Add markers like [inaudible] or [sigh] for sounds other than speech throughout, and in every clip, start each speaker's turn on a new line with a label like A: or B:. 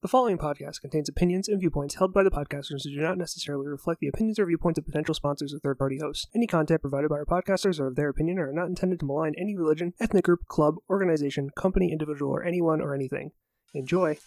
A: The following podcast contains opinions and viewpoints held by the podcasters who do not necessarily reflect the opinions or viewpoints of potential sponsors or third party hosts. Any content provided by our podcasters are of their opinion and are not intended to malign any religion, ethnic group, club, organization, company, individual, or anyone or anything. Enjoy.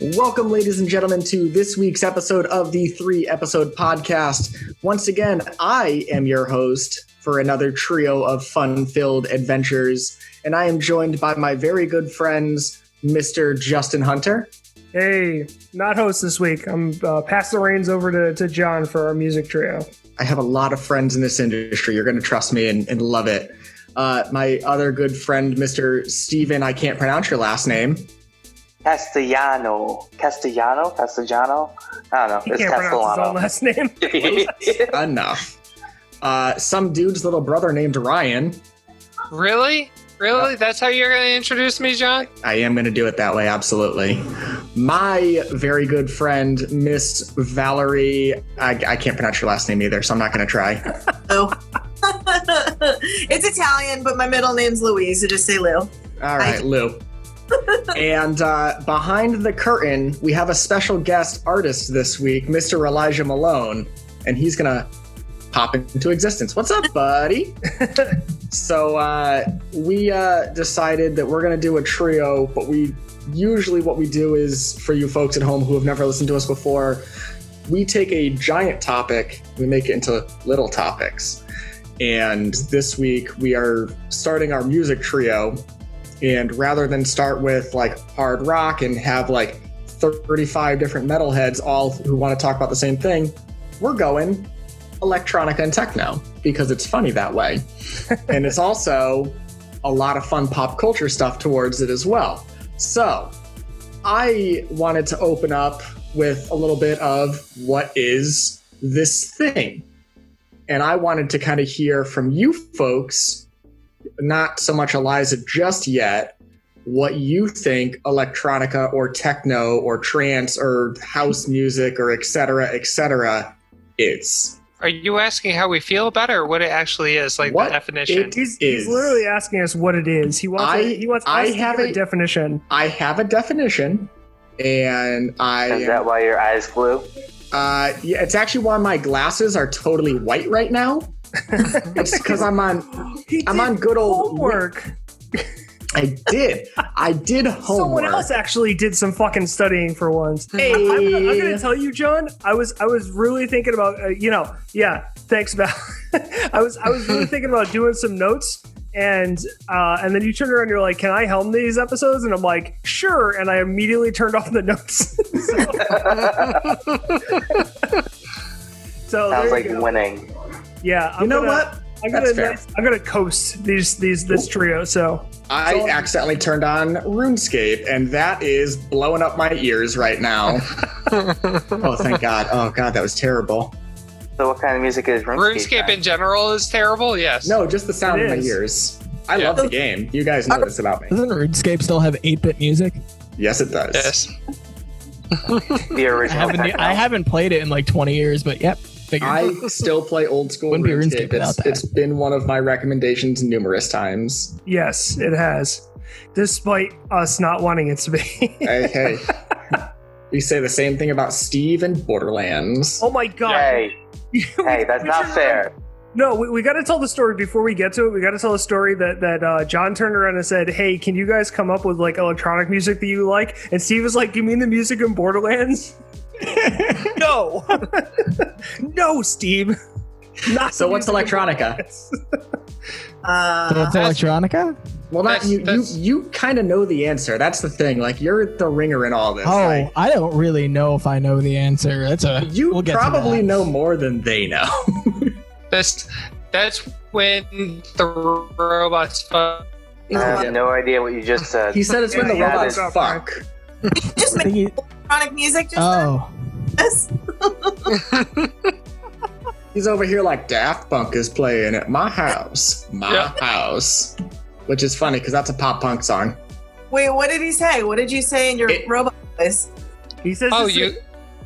B: Welcome, ladies and gentlemen, to this week's episode of the three episode podcast. Once again, I am your host for another trio of fun filled adventures, and I am joined by my very good friends, Mr. Justin Hunter.
A: Hey, not host this week. I'm uh, pass the reins over to, to John for our music trio.
B: I have a lot of friends in this industry. You're going to trust me and, and love it. Uh, my other good friend, Mr. Steven, I can't pronounce your last name.
C: Castellano. Castellano? Castellano? I don't
A: He
C: know. It's
A: can't pronounce his own
C: [laughs] Castellano.
A: last [laughs] name.
B: Enough. Uh, some dude's little brother named Ryan.
D: Really? Really? That's how you're going to introduce me, John?
B: I am going to do it that way, absolutely. My very good friend, Miss Valerie, I, I can't pronounce your last name either, so I'm not going to try.
E: [laughs] it's Italian, but my middle name's Louise, so just say Lou.
B: All right, Lou. and uh, behind the curtain, we have a special guest artist this week, Mr. Elijah Malone, and he's going to pop into existence. What's up, buddy? [laughs] so uh, we uh, decided that we're going to do a trio, but we usually what we do is for you folks at home who have never listened to us before, we take a giant topic, we make it into little topics. And this week we are starting our music trio. And rather than start with like hard rock and have like 35 different metalheads all who want to talk about the same thing, we're going electronica and techno because it's funny that way. and it's also a lot of fun pop culture stuff towards it as well. So I wanted to open up with a little bit of what is this thing? And I wanted to kind of hear from you folks, not so much Eliza just yet, what you think electronica or techno or trance or house music or et cetera, et cetera is.
D: Are you asking how we feel about it or what it actually is, like
B: What
D: the definition?
B: it-
A: He's,
B: Is-
A: he's literally asking us what it is. He wants,
B: I-
A: he wants
B: I
A: us to
B: have
A: give a
B: a-
A: definition.
B: I have a definition, and I
C: Is that why your eyes glue?
B: uh, yeah, it's actually why my glasses are totally white right now. [laughs] it's because I'm on
A: He
B: I'm
A: did
B: on good old
A: homework.
B: I did I did homework.
A: Someone else actually did some fucking studying for once.
B: Hey.
A: I'm, gonna, I'm gonna tell you, John. I was I was really thinking about uh, you know yeah thanks Val. [laughs] I was I was really thinking about doing some notes and uh, and then you turned around and you're like, can I helm these episodes? And I'm like, sure. And I immediately turned off the notes. [laughs] so there
C: Sounds
A: you
C: like
A: go.
C: winning.
A: yeah. I'm
B: you know
A: gonna-
B: what?
A: I'm
B: That's
A: gonna
B: fair.
A: nice- I'm gonna coast these these this trio. So
B: I accidentally turned on RuneScape, and that is blowing up my ears right
A: [laughs]
B: now. oh, thank God! Oh, God, that was terrible.
C: So what kind of music is RuneScape?
D: RuneScape in general is terrible, yes.
B: No, just the sound
A: It
B: in my
A: is.
B: ears. I
D: Yeah.
B: love the game. You guys know this about me.
F: Doesn't RuneScape still have 8-bit music?
B: Yes, it does.
D: Yes.
C: [laughs] The
F: I
C: original
F: haven't, e-
C: techno.
F: I haven't played it in like 20 years, but yep. figured.
B: I [laughs] still play old school
F: Wouldn't be RuneScape
B: RuneScape. It's,
F: without that.
B: it's been one of my recommendations numerous times.
A: yes, it has, despite us not wanting it to be.
B: hey, hey. You say the same thing about Steve and Borderlands.
A: [laughs] Oh my god. [laughs]
C: Hey, hey, that's
A: We
C: not
A: should-
C: fair.
A: No, we, we got to tell the story before we get to it. We got to tell the story that that uh, John turned around and said, "Hey, can you guys come up with like electronic music that you like?" And Steve was like, "You mean the music in Borderlands?" [laughs] no, [laughs] no, Steve. [laughs] Not
B: So
A: the
B: what's
A: music in
B: electronica?
A: Borderlands.
F: So
E: Uh,
F: it's electronica?
B: Well, not
D: That's-
B: you.
D: that's-
B: You, you kind of know the answer. That's the thing. Like you're the ringer in all this.
F: Oh,
B: Like,
F: I don't really know if I know the answer. That's a
B: you
F: we'll get to
B: probably
F: that.
B: know more than they know.
D: That's, that's when the robots fuck
C: I have
B: Yeah.
C: no idea what you just said.
B: He said it's when the
C: Yeah,
B: robot
C: that
B: is
A: is-
B: fuck.
E: Just
F: I think
E: make
F: he-
E: electronic music. Just
F: oh,
E: like this.
B: He's over here like Daft Punk is playing at my house, my
D: Yeah.
B: house, which is funny because that's a pop punk song.
E: Wait, what did he say? What did you say in your
B: It-
E: robot voice?
A: He says,
D: Oh,
A: this is-
D: you.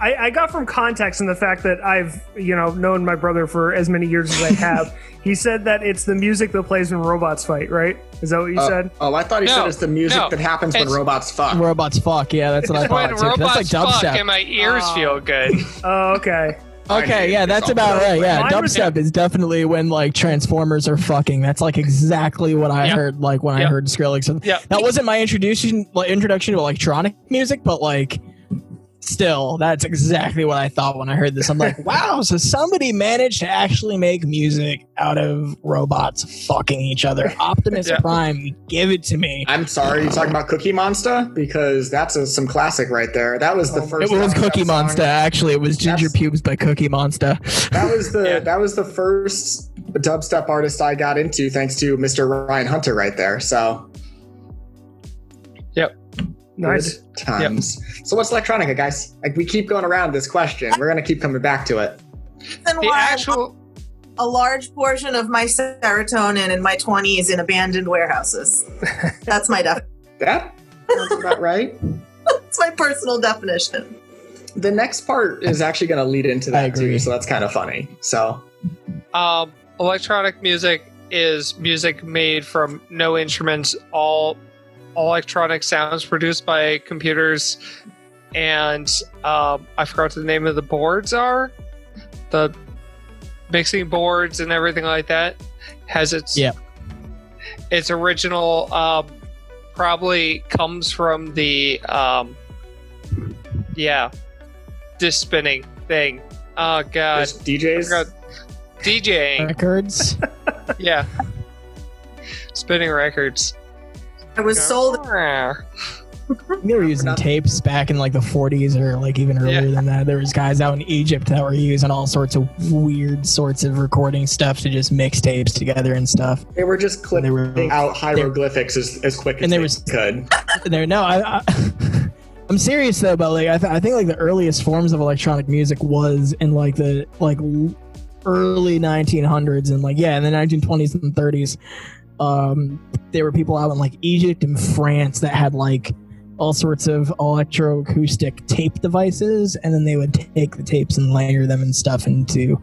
A: I, I got from context and the fact that I've, you know, known my brother for as many years as
B: [laughs]
A: I have. he said that it's the music that plays when robots fight, right? Is that what you
B: Uh,
A: said?
B: Oh, I thought he said
D: No,
B: it's the music
D: no,
B: that happens when
D: it's-
B: robots fuck.
F: robots fuck. Yeah, that's what I
D: When
F: thought. too, 'cause
D: robots
F: that's like
D: fuck
F: dubstep.
D: and my ears
A: Oh.
B: [laughs]
D: feel good.
A: Oh, okay.
F: Okay, yeah, that's
B: It's
F: about
B: all-
F: right. Yeah,
A: Mine was-
F: dubstep is definitely when like Transformers are fucking. That's like exactly what I
D: Yeah.
F: heard. Like when I
D: Yeah.
F: heard Skrillex. And
D: Yeah.
F: That wasn't my introduction like, introduction to electronic music, but like still, that's exactly what I thought when I heard this. I'm like,
B: [laughs]
F: wow, so somebody managed to actually make music out of robots fucking
B: [laughs]
F: each other. Optimus
D: Yeah.
F: Prime, give it to me.
B: I'm sorry, you talking about Cookie Monster because that's a, some classic right there. That was the
A: Oh,
B: first.
F: It was
B: time that
F: Cookie
B: song-
F: Monster. Actually, it was Ginger
B: That's-
F: Pubes by Cookie Monster.
B: That was the
D: Yeah.
B: that was the first dubstep artist I got into thanks to Mr. Ryan Hunter right there. So
A: Nice.
B: good times. So what's electronica, guys? Like we keep going around this question. We're gonna keep coming back to it.
E: Then
D: The
E: why
D: actual.
E: a large portion of my serotonin in my 20s in abandoned warehouses. That's my def- [laughs]
B: That sounds about [laughs] right.
E: That's my personal definition.
B: The next part is actually gonna lead into
F: I
B: that
F: agree.
B: too. So that's kind of funny. So
D: Um, electronic music is music made from no instruments, all electronic sounds produced by computers, and um, I forgot what the name of the boards are. The mixing boards and everything like that has its
F: Yeah.
D: its original um, probably comes from the um, yeah disc spinning thing. Oh god,
B: there's
D: I
B: DJs.
D: forgot
F: [laughs]
D: DJing.
F: Records.
D: yeah. Spinning records. Ah.
E: I was sold.
F: They were using
B: Not-
F: tapes back in like the 40s or like even earlier than that. There was guys out in Egypt that were using all sorts of weird sorts of recording stuff to just mix tapes together and stuff.
B: They were just
F: And they
B: clipping
F: were
B: out hieroglyphics as, as quick as
F: And
B: they
F: there was-
B: could.
F: there. No, I, I, [laughs] I'm serious though. But like, I, th- I think like the earliest forms of electronic music was in like the like l- early 1900s and like yeah, in the 1920s and 30s. Um, there were people out in like Egypt and France that had like all sorts of electroacoustic tape devices, and then they would take the tapes and layer them and stuff into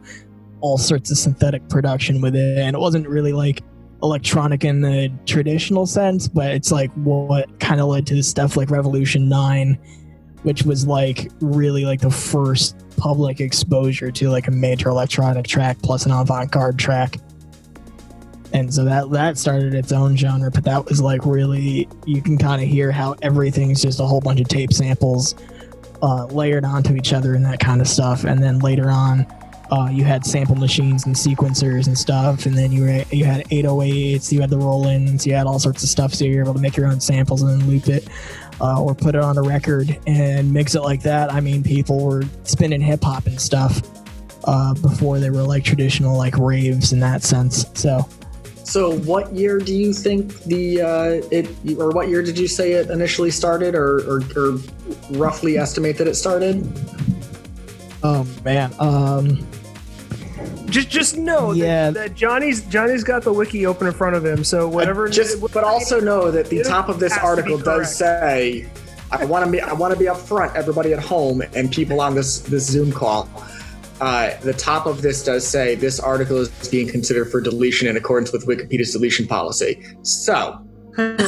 F: all sorts of synthetic production with it. And it wasn't really like electronic in the traditional sense, but it's like what kind of led to this stuff like Revolution 9, which was like really like the first public exposure to like a major electronic track plus an avant-garde track. And so that that started its own genre, but that was like really you can kind of hear how everything's just a whole bunch of tape samples uh, layered onto each other and that kind of stuff. And then later on, uh, you had sample machines and sequencers and stuff, and then you were, you had 808s, you had the roll-ins, you had all sorts of stuff, so you were able to make your own samples and then loop it uh, or put it on a record and mix it like that. I mean, people were spinning hip hop and stuff uh, before they were like traditional like raves in that sense. So
B: So, what year do you think the uh, it or what year did you say it initially started, or or, or roughly estimate that it started?
F: oh man, um,
A: Just just know
F: Yeah.
A: that, that Johnny's Johnny's got the wiki open in front of him, so whatever.
B: Just, but also know that the top of this
A: Has to be
B: article does say, "I want to be I want to be up front, everybody at home and people on this this Zoom call." Uh, the top of this does say this article is being considered for deletion in accordance with Wikipedia's deletion policy. So,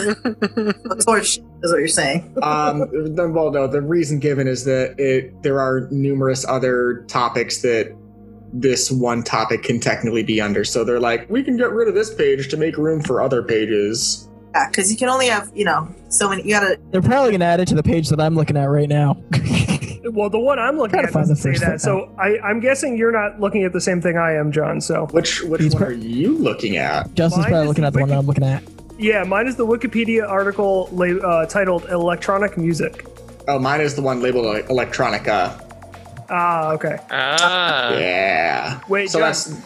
E: That's horseshit, is what you're saying.
B: um, then, well, no. The reason given is that it, there are numerous other topics that this one topic can technically be under. So they're like, we can get rid of this page to make room for other pages.
E: Yeah, because you can only have, you know, so many. You gotta.
F: they're probably gonna add it to the page that I'm looking at right now. [laughs]
A: well, the one I'm looking
F: Gotta
A: at
F: find
A: doesn't
F: the
A: say
F: first
A: that, so I, I'm guessing you're not looking at the same thing I am, John. So
B: Which which
F: He's
B: one
F: pro-
B: are you looking at?
A: Mine
F: Justin's
A: is
F: probably looking
A: the
F: at the one that I'm looking at.
A: yeah, mine is the Wikipedia article la- uh, titled "Electronic Music."
B: Oh, mine is the one labeled like, electronica.
A: Ah, okay.
D: Ah.
B: yeah.
A: Wait,
B: so
A: John,
B: that's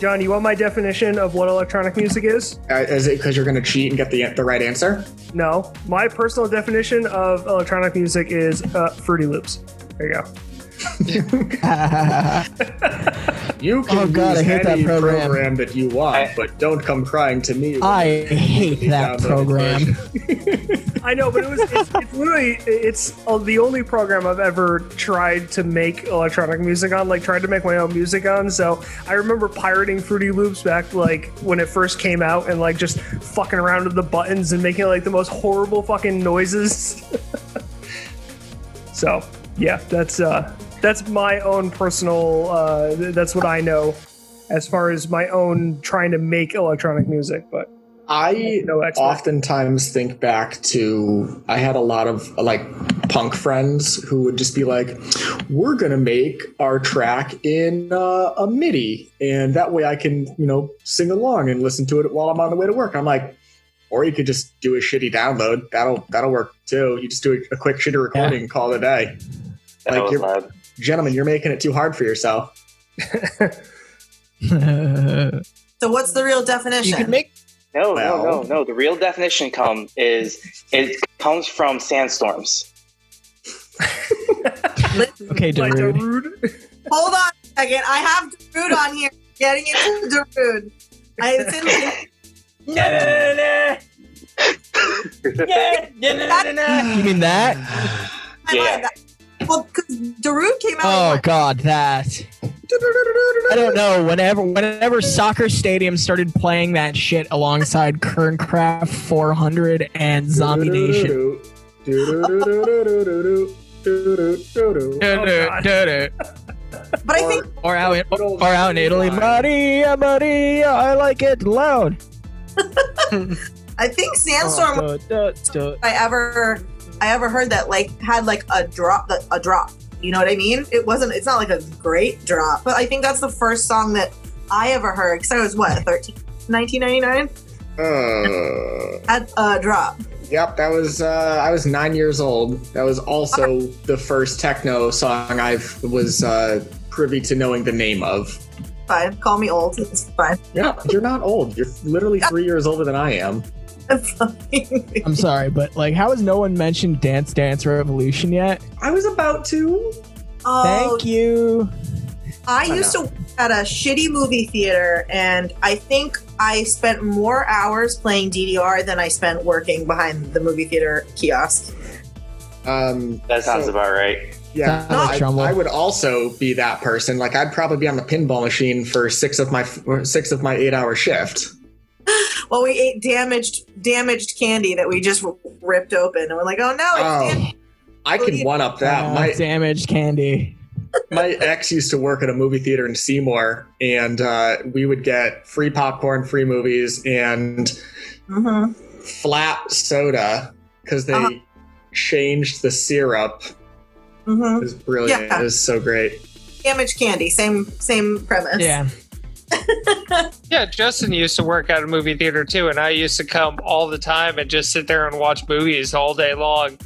A: John, you want my definition of what electronic music is?
B: Uh, is it because you're going to cheat and get the the right answer?
A: No. My personal definition of electronic music is uh, Fruity Loops. There you go.
B: You can
F: Oh, God,
B: use
F: I hate that
B: any
F: program.
B: that you want,
C: I-
B: but don't come crying to me. when
F: [laughs] I hate
B: you download
F: that program.
B: it.
A: I know, but it was it's, it's literally it's uh, the only program I've ever tried to make electronic music on, like tried to make my own music on. So I remember pirating Fruity Loops back like when it first came out and like just fucking around with the buttons and making like the most horrible fucking noises. [laughs] so yeah, that's uh that's my own personal uh th- that's what I know as far as my own trying to make electronic music, but
B: I
A: no expert.
B: oftentimes think back to I had a lot of like punk friends who would just be like, "We're gonna make our track in uh, a MIDI, and that way I can you know sing along and listen to it while I'm on the way to work." I'm like, or you could just do a shitty download. That'll that'll work too. You just do a, a quick shitty recording and call it a day.
C: That
B: Like
C: was
B: you're-
C: loud.
B: Gentlemen, you're making it too hard for
F: [laughs]
B: yourself.
E: So what's the real
F: you
E: definition?
F: can make
C: No,
B: Well-
C: no, no, no. The real definition come is it comes from sandstorms.
F: okay,
A: like
F: Darude.
A: rude
E: Hold on a second. I have Darude on here. Getting into Darude. I, it's in,
F: You mean that?
E: my
C: Yeah.
E: mind. That- Well, because Darude came out.
F: Oh
E: like,
F: God, that. I don't know. Whenever, whenever soccer stadiums started playing that shit alongside Kerncraft 400 and Zombie Nation.
B: Nation.
A: God.
B: [laughs]
E: but I think
F: Or out, in, or out in Italy, Maria, Maria, I like it loud.
E: I think Sandstorm was
F: Oh, duh, duh, duh.
E: I ever I ever heard that like had like a drop a drop. You know what I mean? It wasn't. It's not like a great drop, but I think that's the first song that I ever heard. Because I was what 13, 1999
B: Uh,
E: at a drop.
B: yep, that was uh, I was nine years old. That was also the first techno song I was uh, privy to knowing the name of.
E: Fine, call me old. It's fine. [laughs]
B: You're not, you're not old. You're literally three years older than I am.
E: It's fine.
F: I'm sorry, but like, how has no one mentioned Dance Dance Revolution yet?
B: I was about to.
E: oh,
F: Thank you.
E: I used to work at a shitty movie theater, and I think I spent more hours playing DDR than I spent working behind the movie theater kiosk.
B: Um,
C: That sounds
B: so-
C: about right.
B: Yeah,
F: Not
B: I,
F: Trumbull.
B: I would also be that person. Like I'd probably be on the pinball machine for six of my for six of my eight hour shift.
E: Well, we ate damaged damaged candy that we just ripped open, and we're like, "Oh no!" It's damaged.
B: Oh, I can one up that.
F: Uh,
B: my
F: damaged candy.
B: my ex used to work at a movie theater in Seymour, and uh, we would get free popcorn, free movies, and
E: Mhm.
B: flat soda because they
E: Uh-huh.
B: changed the syrup. It
E: Mhm.
B: was brilliant.
E: Yeah.
B: It was so great.
E: Damaged candy, same same premise.
F: Yeah.
D: Yeah, Justin used to work at a movie theater too, and I used to come all the time and just sit there and watch movies all day long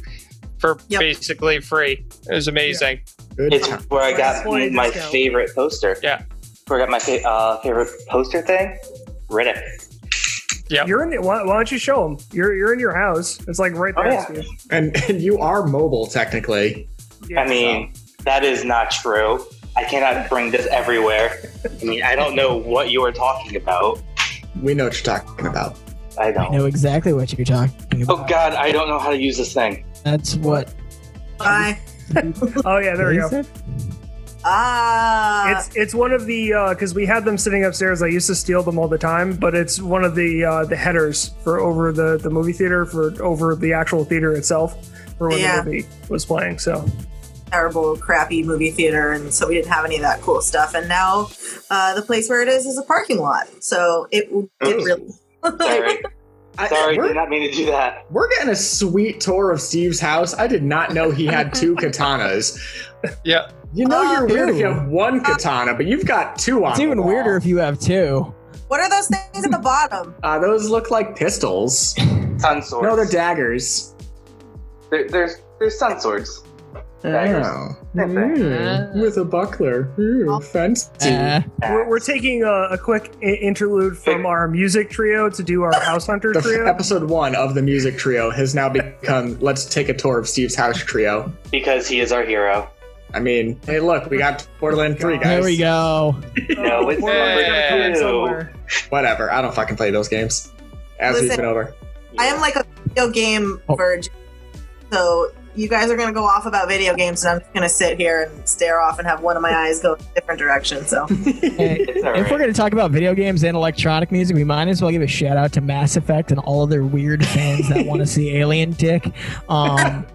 D: for
E: Yep.
D: basically free. It was amazing.
B: Good
C: It's
B: time.
C: where I got
A: Why
C: my
A: discount?
C: favorite poster.
D: Yeah.
C: Where I got my fa- uh, favorite poster thing. Riddick.
D: Yep.
A: You're in. it. Why, why don't you show them? You're you're in your house. It's like right
C: Oh,
A: there.
C: yeah.
A: to you.
B: And, and you are mobile technically.
A: Yeah,
C: I mean, that is not true. I cannot bring this everywhere. I mean, I don't know what you are talking about.
B: We know what you're talking about.
C: I
F: I
C: don't.
F: know exactly what you're talking about.
C: Oh God, I don't know how to use this thing.
F: That's what.
E: Bye.
A: oh yeah, there we
F: is
A: go.
F: it?
E: Ah.
A: It's it's one of the because we had them sitting upstairs. I used to steal them all the time, but it's one of the uh, the headers for over the the movie theater for over the actual theater itself for when
E: Yeah.
A: the movie was playing. So
E: terrible, crappy movie theater, and so we didn't have any of that cool stuff. And now, uh, the place where it is is a parking lot, so it it really. [laughs]
C: Sorry,
B: I-
C: sorry,
B: we're-
C: did not mean to do that.
B: We're getting a sweet tour of Steve's house. I did not know he had
F: [laughs]
B: two katanas.
D: Yeah.
B: You know
E: Uh,
B: you're weird if you
F: Ew. Uh,
B: have one katana, but you've got two on.
F: It's
B: the
F: even
B: wall.
F: weirder if you have two.
E: what are those things at the bottom?
B: Uh, those look like pistols.
C: Sun swords.
B: No, they're daggers.
C: There- there's there's sun swords. daggers.
B: Oh.
C: Same thing.
B: Mm, With a buckler. Ooh, fancy.
F: Uh,
A: We're, we're taking a, a quick i- interlude from our music trio to do our house hunter
B: the f-
A: trio.
B: episode one of the music trio has now become Let's Take a Tour of Steve's House trio.
C: because he is our hero.
B: I mean, hey, look, we got Borderland 3, guys.
F: there we go.
C: No, it's
A: Or we're gonna come in
C: Hey.
A: somewhere.
B: Whatever. I don't fucking play those games. As we've
E: Listen.
B: been over.
E: I am like a video game
F: Oh.
E: virgin. So you guys are gonna go off about video games, and I'm just gonna sit here and stare off and have one of my eyes go a different direction. So
F: Hey,
C: It's all
F: if we're
C: right.
F: going to talk about video games and electronic music, we might as well give a shout out to Mass Effect and all of their weird fans that want to see Alien Dick. Um,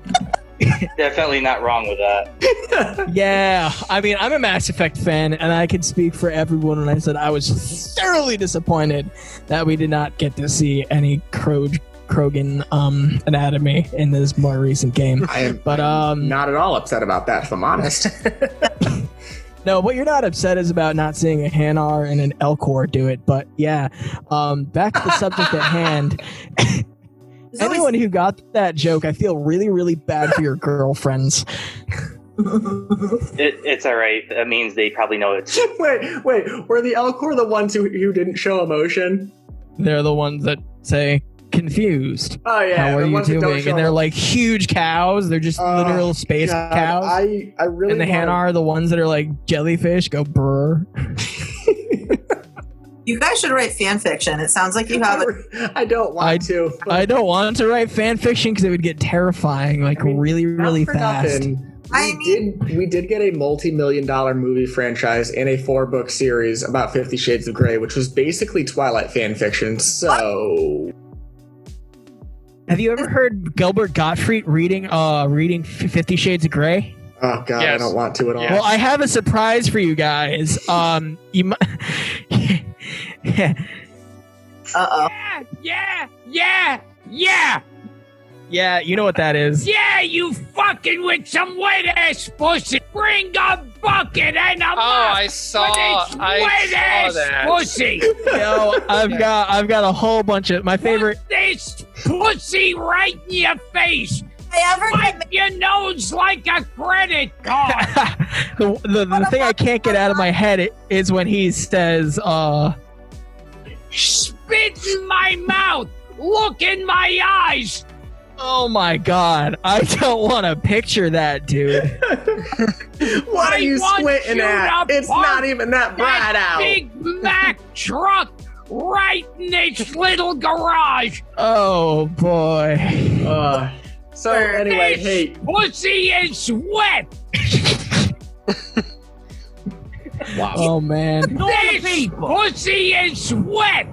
C: Definitely not wrong with that.
F: yeah, I mean, I'm a Mass Effect fan, and I can speak for everyone when I said I was thoroughly disappointed that we did not get to see any Krog- Krogan um, anatomy in this more recent game.
B: I am
F: But um,
B: not at all upset about that, if I'm
F: [laughs]
B: honest. [laughs]
F: No, what you're not upset is about not seeing a Hanar and an Elcor do it, but yeah. Um, back to the
B: [laughs]
F: subject at hand.
E: It's always-
F: Anyone who got that joke, I feel really, really bad for your girlfriends.
C: It, it's all right. That means they probably know it's
B: [laughs] wait, wait. Were the Elcor the ones who, who didn't show emotion?
F: They're the ones that say confused.
B: Oh, yeah.
F: How are
B: the
F: you
B: ones who don't
F: doing?
B: show
F: And they're like huge cows. They're just
B: Oh,
F: literal space
B: God,
F: cows.
B: I, I really
F: and the
B: want-
F: Hanar are the ones that are like jellyfish. Go brr.
E: [laughs] you guys should write fan fiction. It sounds like you have it.
B: [laughs] I don't want
F: I-
B: to. but
F: I don't want to write fan fiction because it would get terrifying, like
B: I mean,
F: really,
B: not
F: really
B: for
F: fast.
B: nothing, We
E: I
B: did we did get a multi-million dollar movie franchise and a four book series about 50 Shades of Grey, which was basically Twilight fan fiction. So
F: Have you ever heard Gilbert Gottfried reading uh reading F- Fifty Shades of Grey?
B: Oh god, I
D: Yes.
B: don't want to at all.
D: Yes.
F: Well, I have a surprise for you guys. Um, you might.
E: Uh
G: Yeah, yeah, yeah,
F: [laughs] yeah, you know what that is.
G: yeah, you fucking with some white ass pussy. Bring a bucket and a
D: Oh, I saw. I saw that.
G: pussy.
F: Yo, I've got I've got a whole bunch of my favorite. [laughs]
G: this pussy right in your face.
E: oh. I ever get
G: Wipe your nose like a credit
D: [laughs]
G: card.
F: the, the the thing I can't get out of my head i- is when he says, "Uh,
G: Spit in my mouth. Look in my eyes.
F: oh my God, I don't want to picture that, dude."
B: what are
G: I
B: you
G: want
B: squinting
G: you
B: at?
G: to
B: It's
G: park
B: not even that bright
G: that
D: Oh.
B: out.
G: Big
D: [laughs]
G: Mac truck right in its little garage.
B: [laughs]
F: Oh boy.
B: Uh, so anyway,
G: Bitch.
B: hey,
G: Pussy is wet.
F: Oh man.
G: This pussy is wet.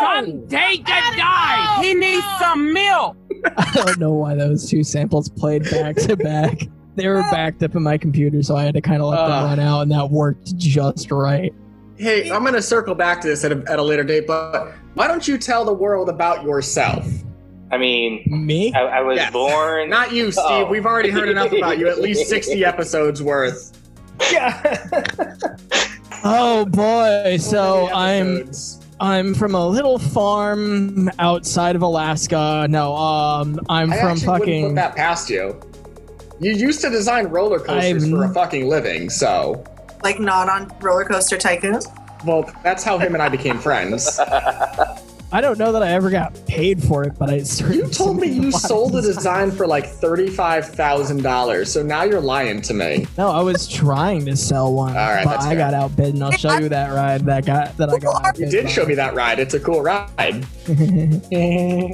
G: Come take a dive.
H: He needs some milk.
F: [laughs] I don't know why those two samples played back to back. They were backed up in my computer, so I had to kind of let them
B: Ugh.
F: run out, and that worked just right.
B: hey, I'm gonna circle back to this at a, at a later date, but why don't you tell the world about yourself?
C: I mean,
F: Me?
C: I, I was
B: Yes.
C: born.
B: Not you, Steve.
C: Oh.
B: We've already heard enough about you. At least
D: [laughs]
B: 60 episodes worth.
F: Oh boy! So I'm
B: Episodes.
F: I'm from a little farm outside of Alaska. No, um, I'm
B: I
F: from
B: actually wouldn't Put
F: fucking.
B: that past you. You used to design roller coasters
F: I'm-
B: for a fucking living, so.
E: like not on roller coaster tycoon? [laughs]
B: Well, that's how him and I became friends. [laughs]
F: I don't know that I ever got paid for it, but I certainly
B: [laughs] You told me you sold the design for like thirty-five thousand dollars, so now you're lying to me.
F: [laughs] No, I was trying to sell one,
B: All right,
F: but
B: that's
F: I
B: fair.
F: got outbid, and I'll show you that ride that got that I got.
B: You
F: outbid
B: did
F: by.
B: show me that ride. It's a cool ride.
F: [laughs]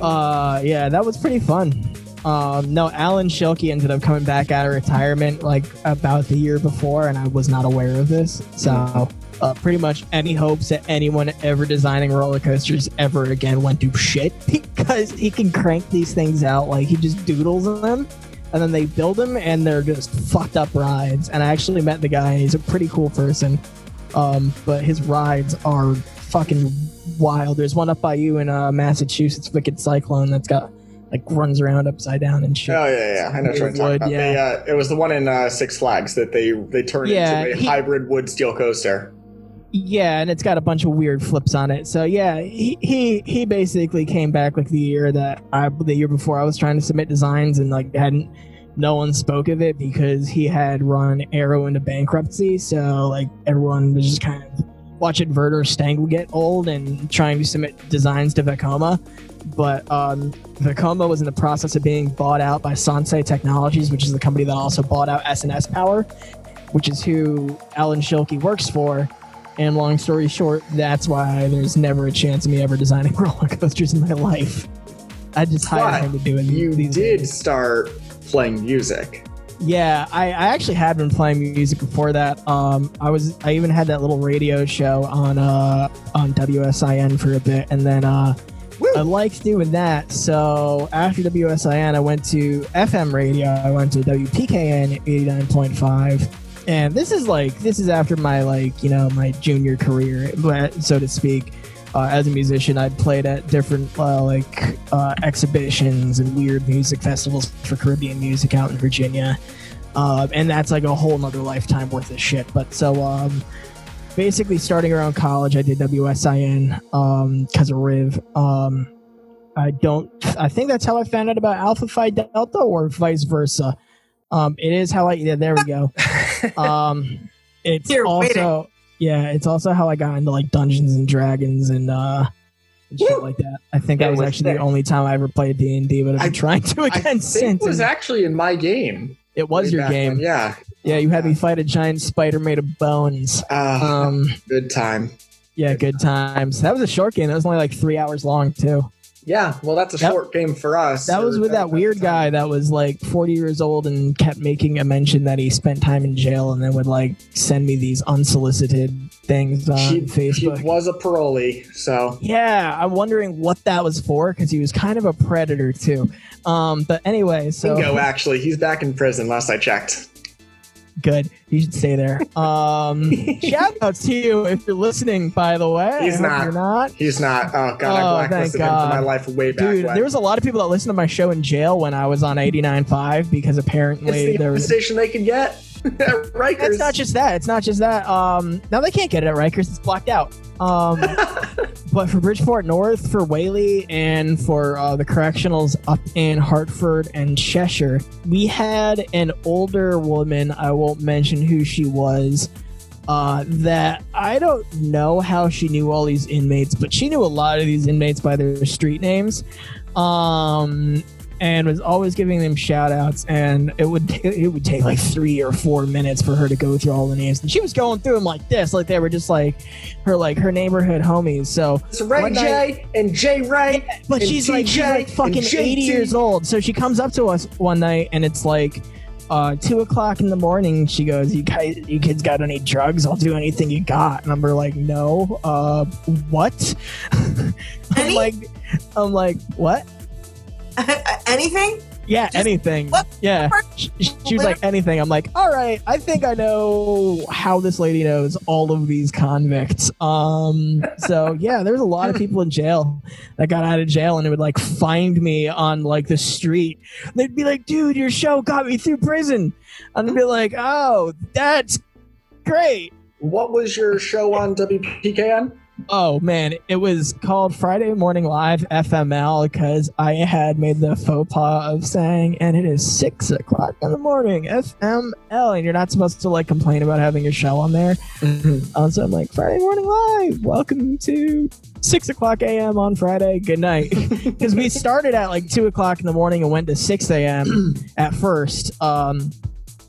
F: uh yeah that was pretty fun um no alan shilke ended up coming back out of retirement like about the year before and i was not aware of this so uh, pretty much any hopes that anyone ever designing roller coasters ever again went to shit [laughs] because he can crank these things out like he just doodles them and then they build them and they're just fucked up rides and i actually met the guy and he's a pretty cool person um, but his rides are fucking wild. There's one up by you in uh, Massachusetts, Wicked Cyclone, that's got like runs around upside down and shit.
B: Oh yeah, yeah. I know what you're talking
F: Wood,
B: about.
F: yeah.
B: They, uh, it was the one in uh, Six Flags that they they turned
F: Yeah,
B: into a
F: he-
B: hybrid wood steel coaster.
F: Yeah, and it's got a bunch of weird flips on it. So yeah, he he, he basically came back like the year that I the year before I was trying to submit designs and like hadn't no one spoke of it because he had run Arrow into bankruptcy. So like everyone was just kind of watching Werder Stangl get old and trying to submit designs to Vekoma. But um, Vekoma was in the process of being bought out by Sansei Technologies, which is the company that also bought out SNS Power, which is who Alan Shilke works for. And long story short, that's why there's never a chance of me ever designing [laughs] roller coasters in my life. I just hired
B: But
F: him to do it.
B: You
F: these
B: did
F: days.
B: start playing music.
F: Yeah, I, I actually had been playing music before that. Um, I was I even had that little radio show on uh on WSIN for a bit, and then uh, I liked doing that. So after WSIN, I went to FM radio. I went to WPKN eighty nine point five, and this is like this is after my like you know my junior career, but so to speak. Uh, as a musician, I'd played at different uh, like uh, exhibitions and weird music festivals for Caribbean music out in Virginia um, and that's like a whole nother lifetime worth of shit. But so, um, basically, starting around college, I did WSIN because of Riv. Um, I don't. I think that's how I found out about Alpha Phi Delta, or vice versa. Um, it is how I. Yeah, there
B: [laughs]
F: we go. Um, it's
E: You're
F: also yeah, it's also how I got into like Dungeons and Dragons and uh. and Shit
B: Woo!
F: like that. I think
B: That
F: that was
B: was
F: actually
B: sick.
F: the only time I ever played D and D, but I've been
B: I-
F: trying to
B: I
F: again
B: think
F: since.
B: it was
F: and
B: actually in my game.
F: it was
B: way
F: your
B: back
F: game.
B: when, Yeah.
F: Yeah, you had me fight a giant spider made
B: [laughs]
F: of bones.
B: Uh,
F: Um,
B: good time.
F: yeah, good times. That was a short game. That was only like three hours long too.
B: Yeah. Well, that's a
F: That-
B: short game for us.
F: That was
B: or
F: with that
B: about
F: weird
B: time.
F: guy that was like 40 years old and kept making a mention that he spent time in jail and then would like send me these unsolicited things on
B: He-
F: Facebook.
B: He was a parolee, so
F: yeah, I'm wondering what that was for because he was kind of a predator too. Um, but anyway, so
B: bingo. Actually, he's back in prison. Last I checked.
F: good. You should stay there.
B: [laughs]
F: Um, shout out to you if you're listening. By the way, I
B: He's
F: hope
B: not.
F: You're not.
B: He's not. Oh God,
F: Oh,
B: I
F: thank
B: blacklisted him for
F: God.
B: my life way back
F: Dude,
B: when.
F: there was a lot of people that listened to my show in jail when I was on 89.5 because
B: it's
F: apparently
B: the
F: there
B: only
F: was.
B: station they could get.
F: [laughs]
B: At Rikers.
F: That's not just that. It's not just that. Um, now they can't get it at Rikers. It's blocked out.
B: [laughs]
F: Um, but for Bridgeport North, for Whaley, and for uh, the correctionals up in Hartford and Cheshire, we had an older woman. I won't mention who she was. Uh, that I don't know how she knew all these inmates, but she knew a lot of these inmates by their street names. Um, and was always giving them shout outs and it would [laughs] it would take like three or four minutes for her to go through all the names and she was going through them like this like they were just like her like her neighborhood homies so
B: It's Ray
F: One
B: J and J Ray.
F: but
B: And
F: she's like she's
B: TJ,
F: like
B: and
F: fucking 80
B: JT.
F: years old so she comes up to us one night and it's like uh, two o'clock in the morning she goes you guys you kids got any drugs i'll do anything you got and i'm like no uh what [laughs] i'm
E: Any-
F: like i'm like what
E: Anything?
F: Yeah,
E: Just-
F: anything.
E: what?
F: Yeah.
E: What?
F: She, she was like, anything. I'm like, all right, I think I know how this lady knows all of these convicts. Um, so yeah, there's a lot of people in jail that got out of jail and it would like find me on like the street. They'd be like, dude, your show got me through prison. And I'd be like, oh, that's great.
B: What was your show on WPKN?
F: Oh man, it was called Friday Morning Live FML because I had made the faux pas of saying, and it is six o'clock in the morning FML, and you're not supposed to like complain about having your show on there. Uh, so I'm like Friday Morning Live, welcome to six o'clock a.m. on Friday. Good [laughs] night, because we started at like two o'clock in the morning and went to six [clears throat] a.m. at first, um,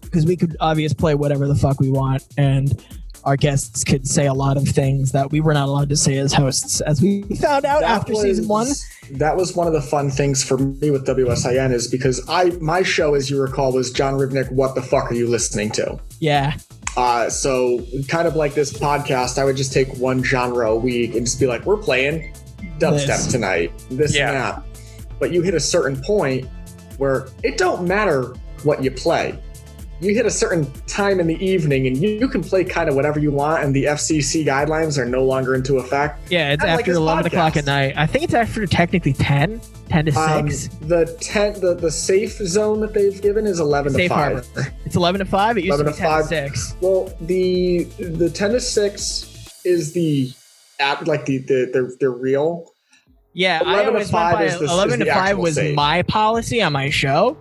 F: because we could obviously play whatever the fuck we want and our guests could say a lot of things that we were not allowed to say as hosts, as we found out
B: That
F: [laughs] after season one.
B: was- That was one of the fun things for me with WSIN is because I my show, as you recall, was John Rivnick. What the fuck are you listening to?
F: Yeah,
B: Uh, so kind of like this podcast, I would just take one genre a week and just be like, we're playing dubstep
F: This.
B: tonight, this
D: Yeah.
B: and that. But you hit a certain point where it don't matter what you play. You hit a certain time in the evening and you, you can play kind of whatever you want, and the FCC guidelines are no longer into effect.
F: yeah, it's
B: I like
F: after
B: this
F: 11 o'clock
B: podcast.
F: at night. I think it's after technically 10, 10 to 6.
B: Um, the tent, the, the safe zone that they've given is 11
F: Safe
B: to 5.
F: harbor. It's 11 to 5. It used to
B: 11
F: be
B: to
F: 10 to
B: 5.
F: 6.
B: Well, the the ten to six is the app, like the the they're, they're real.
F: Yeah, I
B: 11 to
F: always went
B: 5
F: by
B: is the- is
F: 11 to
B: the
F: 5
B: actual
F: was
B: save.
F: my policy on my show.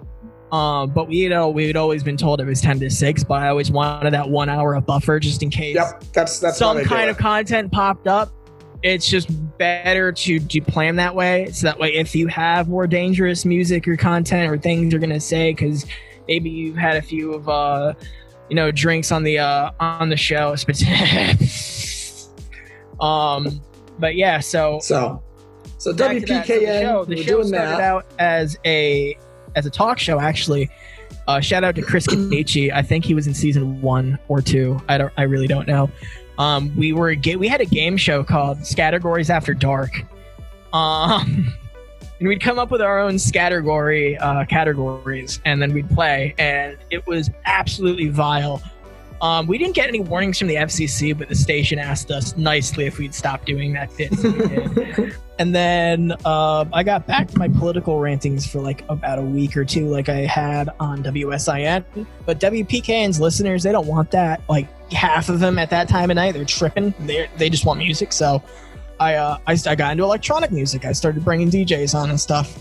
F: Um, but we you know we'd always been told it was ten to six, but I always wanted that one hour of buffer just in case
B: Yep, that's that's why
F: some
B: they do
F: kind
B: it.
F: of content popped up. It's just better to, to plan that way. So that way, if you have more dangerous music or content or things you're gonna say, because maybe you've had a few of uh, you know, drinks on the uh on the show. [laughs] spe- um, but yeah, so
B: So, so
F: back to that. So the
B: WPKN,
F: show, the
B: we're
F: show
B: doing
F: started
B: that.
F: out as a as a talk show actually. Uh, shout out
B: [clears throat]
F: to Chris Kenichi. I think he was in season one or two. I don't. I really don't know. Um, we were ga- we had a game show called Scattergories After Dark, um, [laughs] and we'd come up with our own scattergory uh, categories, and then we'd play, and it was absolutely vile. Um, we didn't get any warnings from the FCC, but the station asked us nicely if we'd stop doing
B: [laughs]
F: that bit. so we did. And then uh, I got back to my political rantings for like about a week or two, like I had on WSIN. But WPKN's listeners, they don't want that. Like half of them at that time of night, they're tripping. They they just want music. So I, uh, I I got into electronic music. I started bringing DJs on and stuff,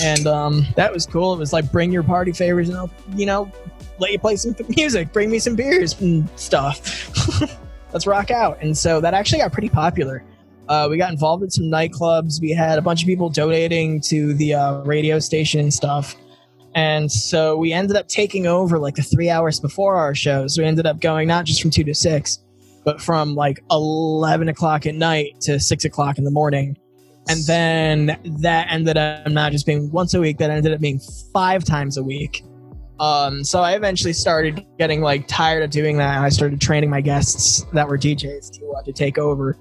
F: and um, that was cool. It was like bring your party favors and I'll you know let you play some [laughs] music, bring me some beers and stuff. [laughs] Let's rock out. And so that actually got pretty popular. Uh, we got involved in some nightclubs. We had a bunch of people donating to the uh, radio station and stuff. And so we ended up taking over like the three hours before our shows. We ended up going not just from two to six, but from like 11 o'clock at night to six o'clock in the morning. And then that ended up not just being once a week, that ended up being five times a week. Um, so I eventually started getting like tired of doing that. I started training my guests that were DJs to, uh, to take over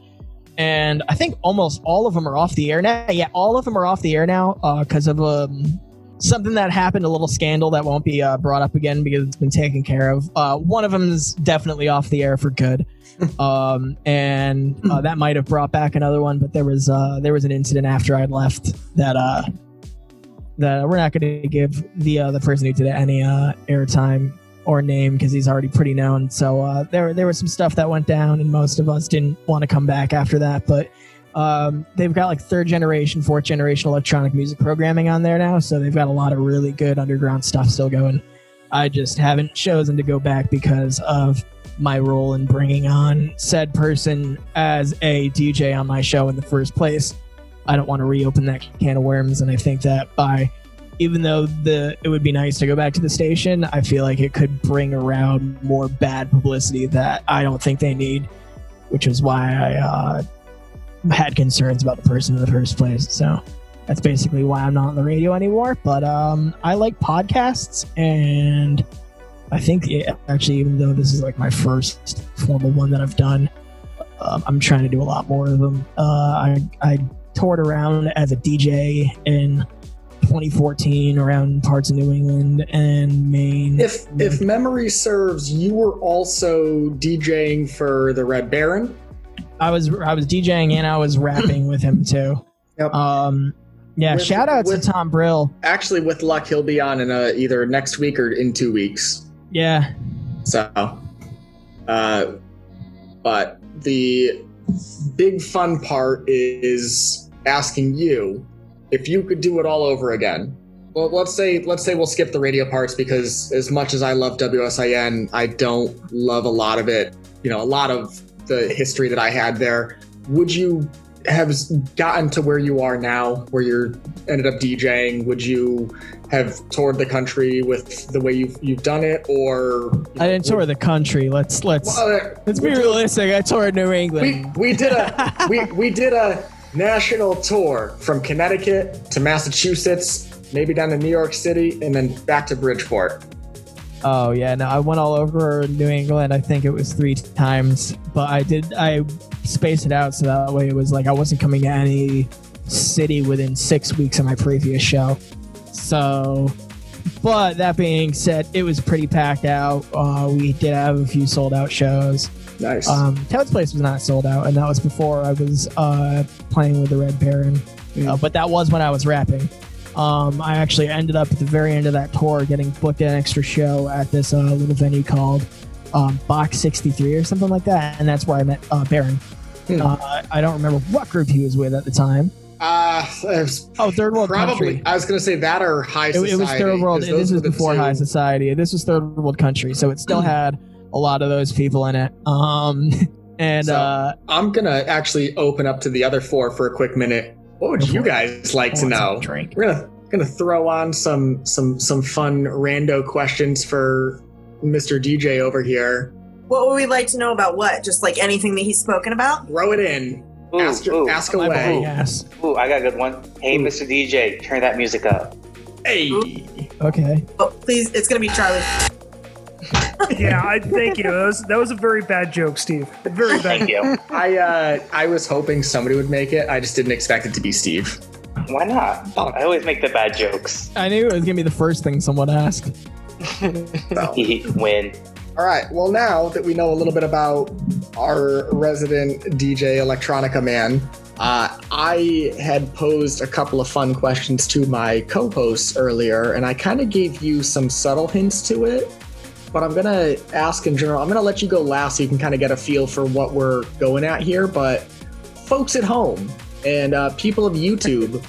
F: and I think almost all of them are off the air now. Yeah, all of them are off the air now because of um, something that happened, a little scandal that won't be uh, brought up again because it's been taken care of. Uh, one of them is definitely off the air for good, um, and uh, that might have brought back another one. But there was uh, there was an incident after I'd left that uh, that we're not going to give the uh, the person who did it any uh, airtime. Or name because he's already pretty known. So uh, there there was some stuff that went down, and most of us didn't want to come back after that. But um, they've got like third generation, fourth generation electronic music programming on there now, so they've got a lot of really good underground stuff still going. I just haven't chosen to go back because of my role in bringing on said person as a DJ on my show in the first place. I don't want to reopen that can of worms, and I think that by even though the it would be nice to go back to the station, I feel like it could bring around more bad publicity that I don't think they need, which is why I uh, had concerns about the person in the first place. So that's basically why I'm not on the radio anymore. But um, I like podcasts, and I think it, actually, even though this is like my first formal one that I've done, um, I'm trying to do a lot more of them. Uh, I I toured around as a DJ in 2014 around parts of New England and Maine.
B: If if memory serves, you were also DJing for the Red Baron.
F: I was I was DJing and I was rapping with him too.
B: [laughs] Yep.
F: Um, yeah,
B: With-
F: shout out
B: with-
F: to Tom Brill.
B: Actually, with luck, he'll be on in uh either next week or in two weeks.
F: Yeah,
B: So, uh, but the big fun part is asking you if you could do it all over again. Well, let's say let's say we'll skip the radio parts because as much as I love WSIN, I don't love a lot of it. You know, a lot of the history that I had there. Would you have s- gotten to where you are now, where you're ended up DJing? Would you have toured the country with the way you've you've done it, or
F: I didn't tour the country. Let's let's
B: Well, uh,
F: let's be realistic. I toured New
B: we
F: England.
B: we did
F: [laughs]
B: a we we did a national tour from Connecticut to Massachusetts, maybe down to New York City, and then back to Bridgeport.
F: oh yeah, no, I went all over New England. I think it was three times, but I did I spaced it out so that way it was like I wasn't coming to any city within six weeks of my previous show. So, but that being said, it was pretty packed out. Uh, we did have a few sold out shows.
B: Nice.
F: Um, Toad's Place was not sold out, and that was before I was uh, playing with the Red Baron. Uh, but that was when I was rapping. Um, I actually ended up at the very end of that tour getting booked an extra show at this uh, little venue called um, Box 63 or something like that, and that's where I met uh, Baron.
B: Hmm.
F: Uh, I don't remember what group he was with at the time.
B: Uh, it was
F: Oh, third world
B: probably.
F: country.
B: I was going to say that or high
F: It,
B: society.
F: it was third world.
B: 'cause
F: This
B: those
F: was
B: were the
F: before
B: two-
F: high society. This was third world country, so it still had a lot of those people in it. Um, [laughs] and
B: So-
F: uh,
B: I'm going to actually open up to the other four for a quick minute. What would you guys like to
F: I want some
B: know?
F: drink.
B: We're gonna gonna throw on some some some fun rando questions for Mr. DJ over here.
E: What would we like to know about what? Just like anything that he's spoken about?
B: Throw it in.
C: Ooh,
B: ask your,
C: ooh,
B: ask
F: My
B: away.
F: bad, yes.
C: ooh, I got a good one. Hey,
B: Ooh.
C: Mr. DJ, turn that music up.
B: Hey.
F: Okay.
E: Oh, please, it's gonna be Charlie.
A: Yeah, I thank you. That was, that was a very bad joke, Steve. Very bad.
C: Thank you.
B: I uh I was hoping somebody would make it. I just didn't expect it to be Steve.
C: Why not?
B: Fuck.
C: I always make the bad jokes.
F: I knew it was gonna be the first thing someone asked.
B: So.
C: Win.
B: All right. Well, now that we know a little bit about our resident DJ Electronica Man, uh, I had posed a couple of fun questions to my co hosts earlier, and I kind of gave you some subtle hints to it. But I'm going to ask in general, I'm going to let you go last so you can kind of get a feel for what we're going at here. But, folks at home and uh, people of YouTube,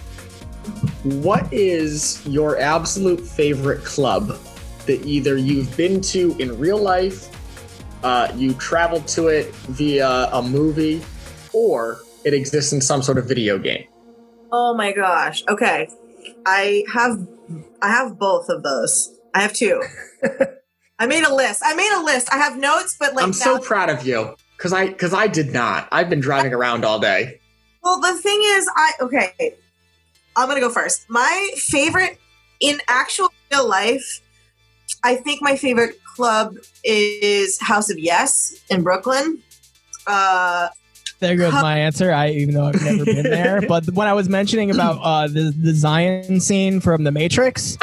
B: what is your absolute favorite club that either you've been to in real life, uh, you traveled to it via a movie, or it exists in some sort of video game.
E: Oh my gosh. Okay. I have I have both of those. I
B: [laughs]
E: have two. I made a list. I made a list. I have notes, but like
B: I'm so
E: now-
B: proud of you because I because I did not. I've been driving around all day.
E: Well, the thing is, I okay. I'm gonna go first. My favorite in actual real life, I think my favorite club is House of Yes in Brooklyn. Uh,
F: There goes
E: Huh.
F: my answer. I even though I've never been [laughs] there, but when I was mentioning about uh, the the Zion scene from The Matrix,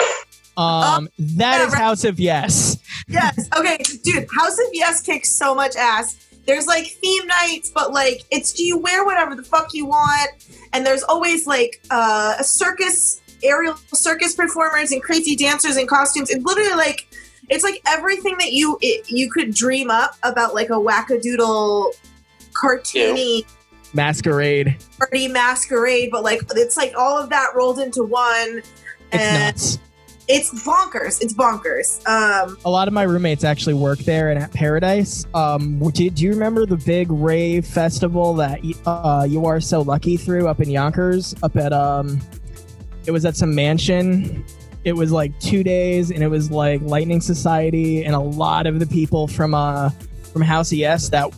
F: um, that
E: yeah,
F: is
E: right.
F: House of Yes.
E: yes, okay, dude. House of Yes kicks so much ass. There's like theme nights, but like it's do you wear whatever the fuck you want? And there's always like uh, a circus, aerial circus performers and crazy dancers and costumes. It's literally like it's like everything that you it, you could dream up about like a wackadoodle cartoony
F: Masquerade.
E: party masquerade but like it's like all of that rolled into one
F: It's
E: and
F: nuts.
E: it's bonkers it's bonkers um
F: a lot of my roommates actually work there and at Paradise. Um, did do you remember the big rave festival that uh, you are so lucky threw up in Yonkers? Up at um, it was at some mansion. It was like two days, and it was like Lightning Society and a lot of the people from uh from House of Yes that.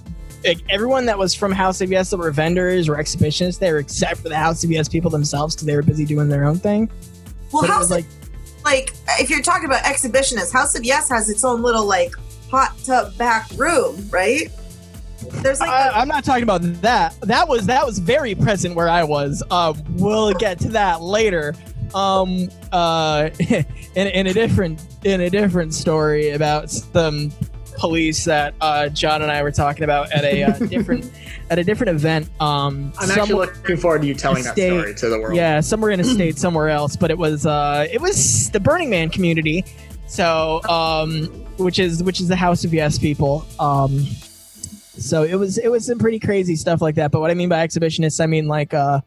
F: Like everyone that was from House of Yes that were vendors or exhibitionists there, except for the House of Yes people themselves, because they were busy doing their own thing.
E: well
F: But it
E: house
F: was like
E: of, like if you're talking about exhibitionists house of yes has its own little like hot tub back room right there's like
F: I, I'm not talking about that. That was that was very present where I was. Uh, we'll get to that later. Um, uh, [laughs] in, in a different in a different story about some police that uh, John and I were talking about at a uh, different at a different event. Um,
B: I'm
F: somewhere-
B: actually looking forward to you telling that
F: Stay-
B: story to the world.
F: yeah, somewhere in
B: [clears throat]
F: a state, somewhere else. But it was uh, it was the Burning Man community. So um, which is which is the House of Yes people. Um, so it was it was some pretty crazy stuff like that. But what I mean by exhibitionists, I mean like uh,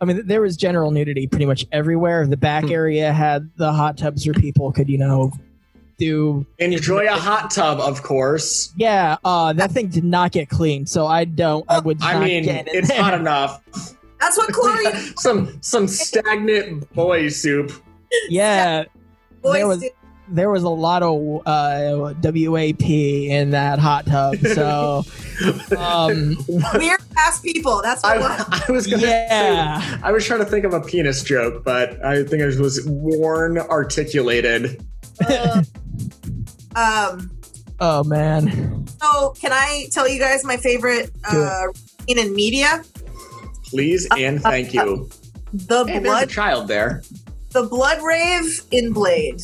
F: I mean there was general nudity pretty much everywhere. The back
B: Hmm.
F: area had the hot tubs where people could you know do
B: Enjoy a hot tub, of course.
F: yeah. Uh, that thing did not get cleaned, so I don't. I would.
B: I
F: not
B: mean,
F: get in
B: it's
F: there.
B: hot enough.
E: that's what Corey
B: [laughs] some some stagnant boy soup.
F: [laughs] Yeah,
E: boys
F: There was-
E: do.
F: there was a lot of uh, WAP in that hot tub. So, um,
E: weird ass people that's what it was.
B: [laughs] I, I was gonna say
F: yeah.
B: I was trying to think of a penis joke, but I think it was worn articulated.
E: um
F: Oh, man.
E: so can I tell you guys my favorite
F: Do it.
E: uh routine in media
B: Please
F: Uh,
B: and thank you.
E: the
B: Hey, there's a
E: blood
B: child there.
E: The Blood Rave in Blade.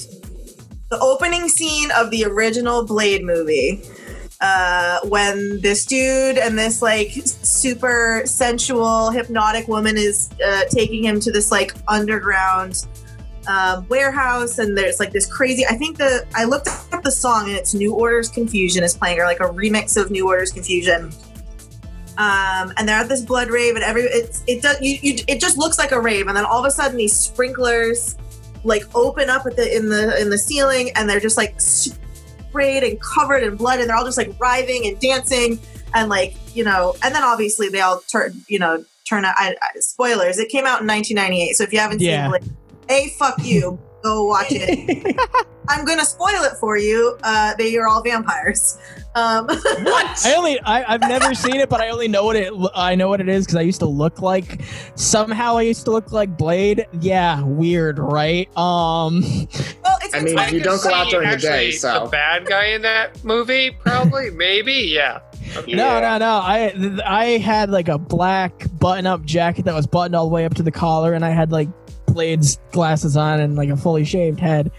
E: The opening scene of the original Blade movie. Uh, when this dude and this like super sensual hypnotic woman is uh, taking him to this like underground um, warehouse, and there's like this crazy. I think the I looked up the song and it's New Order's Confusion is playing, or like a remix of New Order's Confusion. um, and they're at this blood rave, and every it's it does you, you it just looks like a rave, and then all of a sudden these sprinklers like open up at the in the in the ceiling, and they're just like sprayed and covered in blood, and they're all just like writhing and dancing, and like you know, and then obviously they all turn you know turn out. I, I, spoilers, it came out in 1998, so if you haven't
F: Yeah.
E: seen, like, a fuck you, go watch it. I'm gonna spoil it for you. Uh, they are all vampires. Um, [laughs]
F: I only I, I've never seen it, but I only know what it I know what it is because I used to look like somehow I used to look like Blade. Yeah, weird, right? Um,
E: well, it's
B: I mean,
D: I
B: you
D: could
B: don't go out
D: see
B: during the day,
D: actually
B: so-
D: the bad guy in that movie, probably, maybe, yeah.
C: Yeah.
F: no, no, no. I th- I had like a black button-up jacket that was buttoned all the way up to the collar, and I had like Blade's glasses on and like a fully shaved head.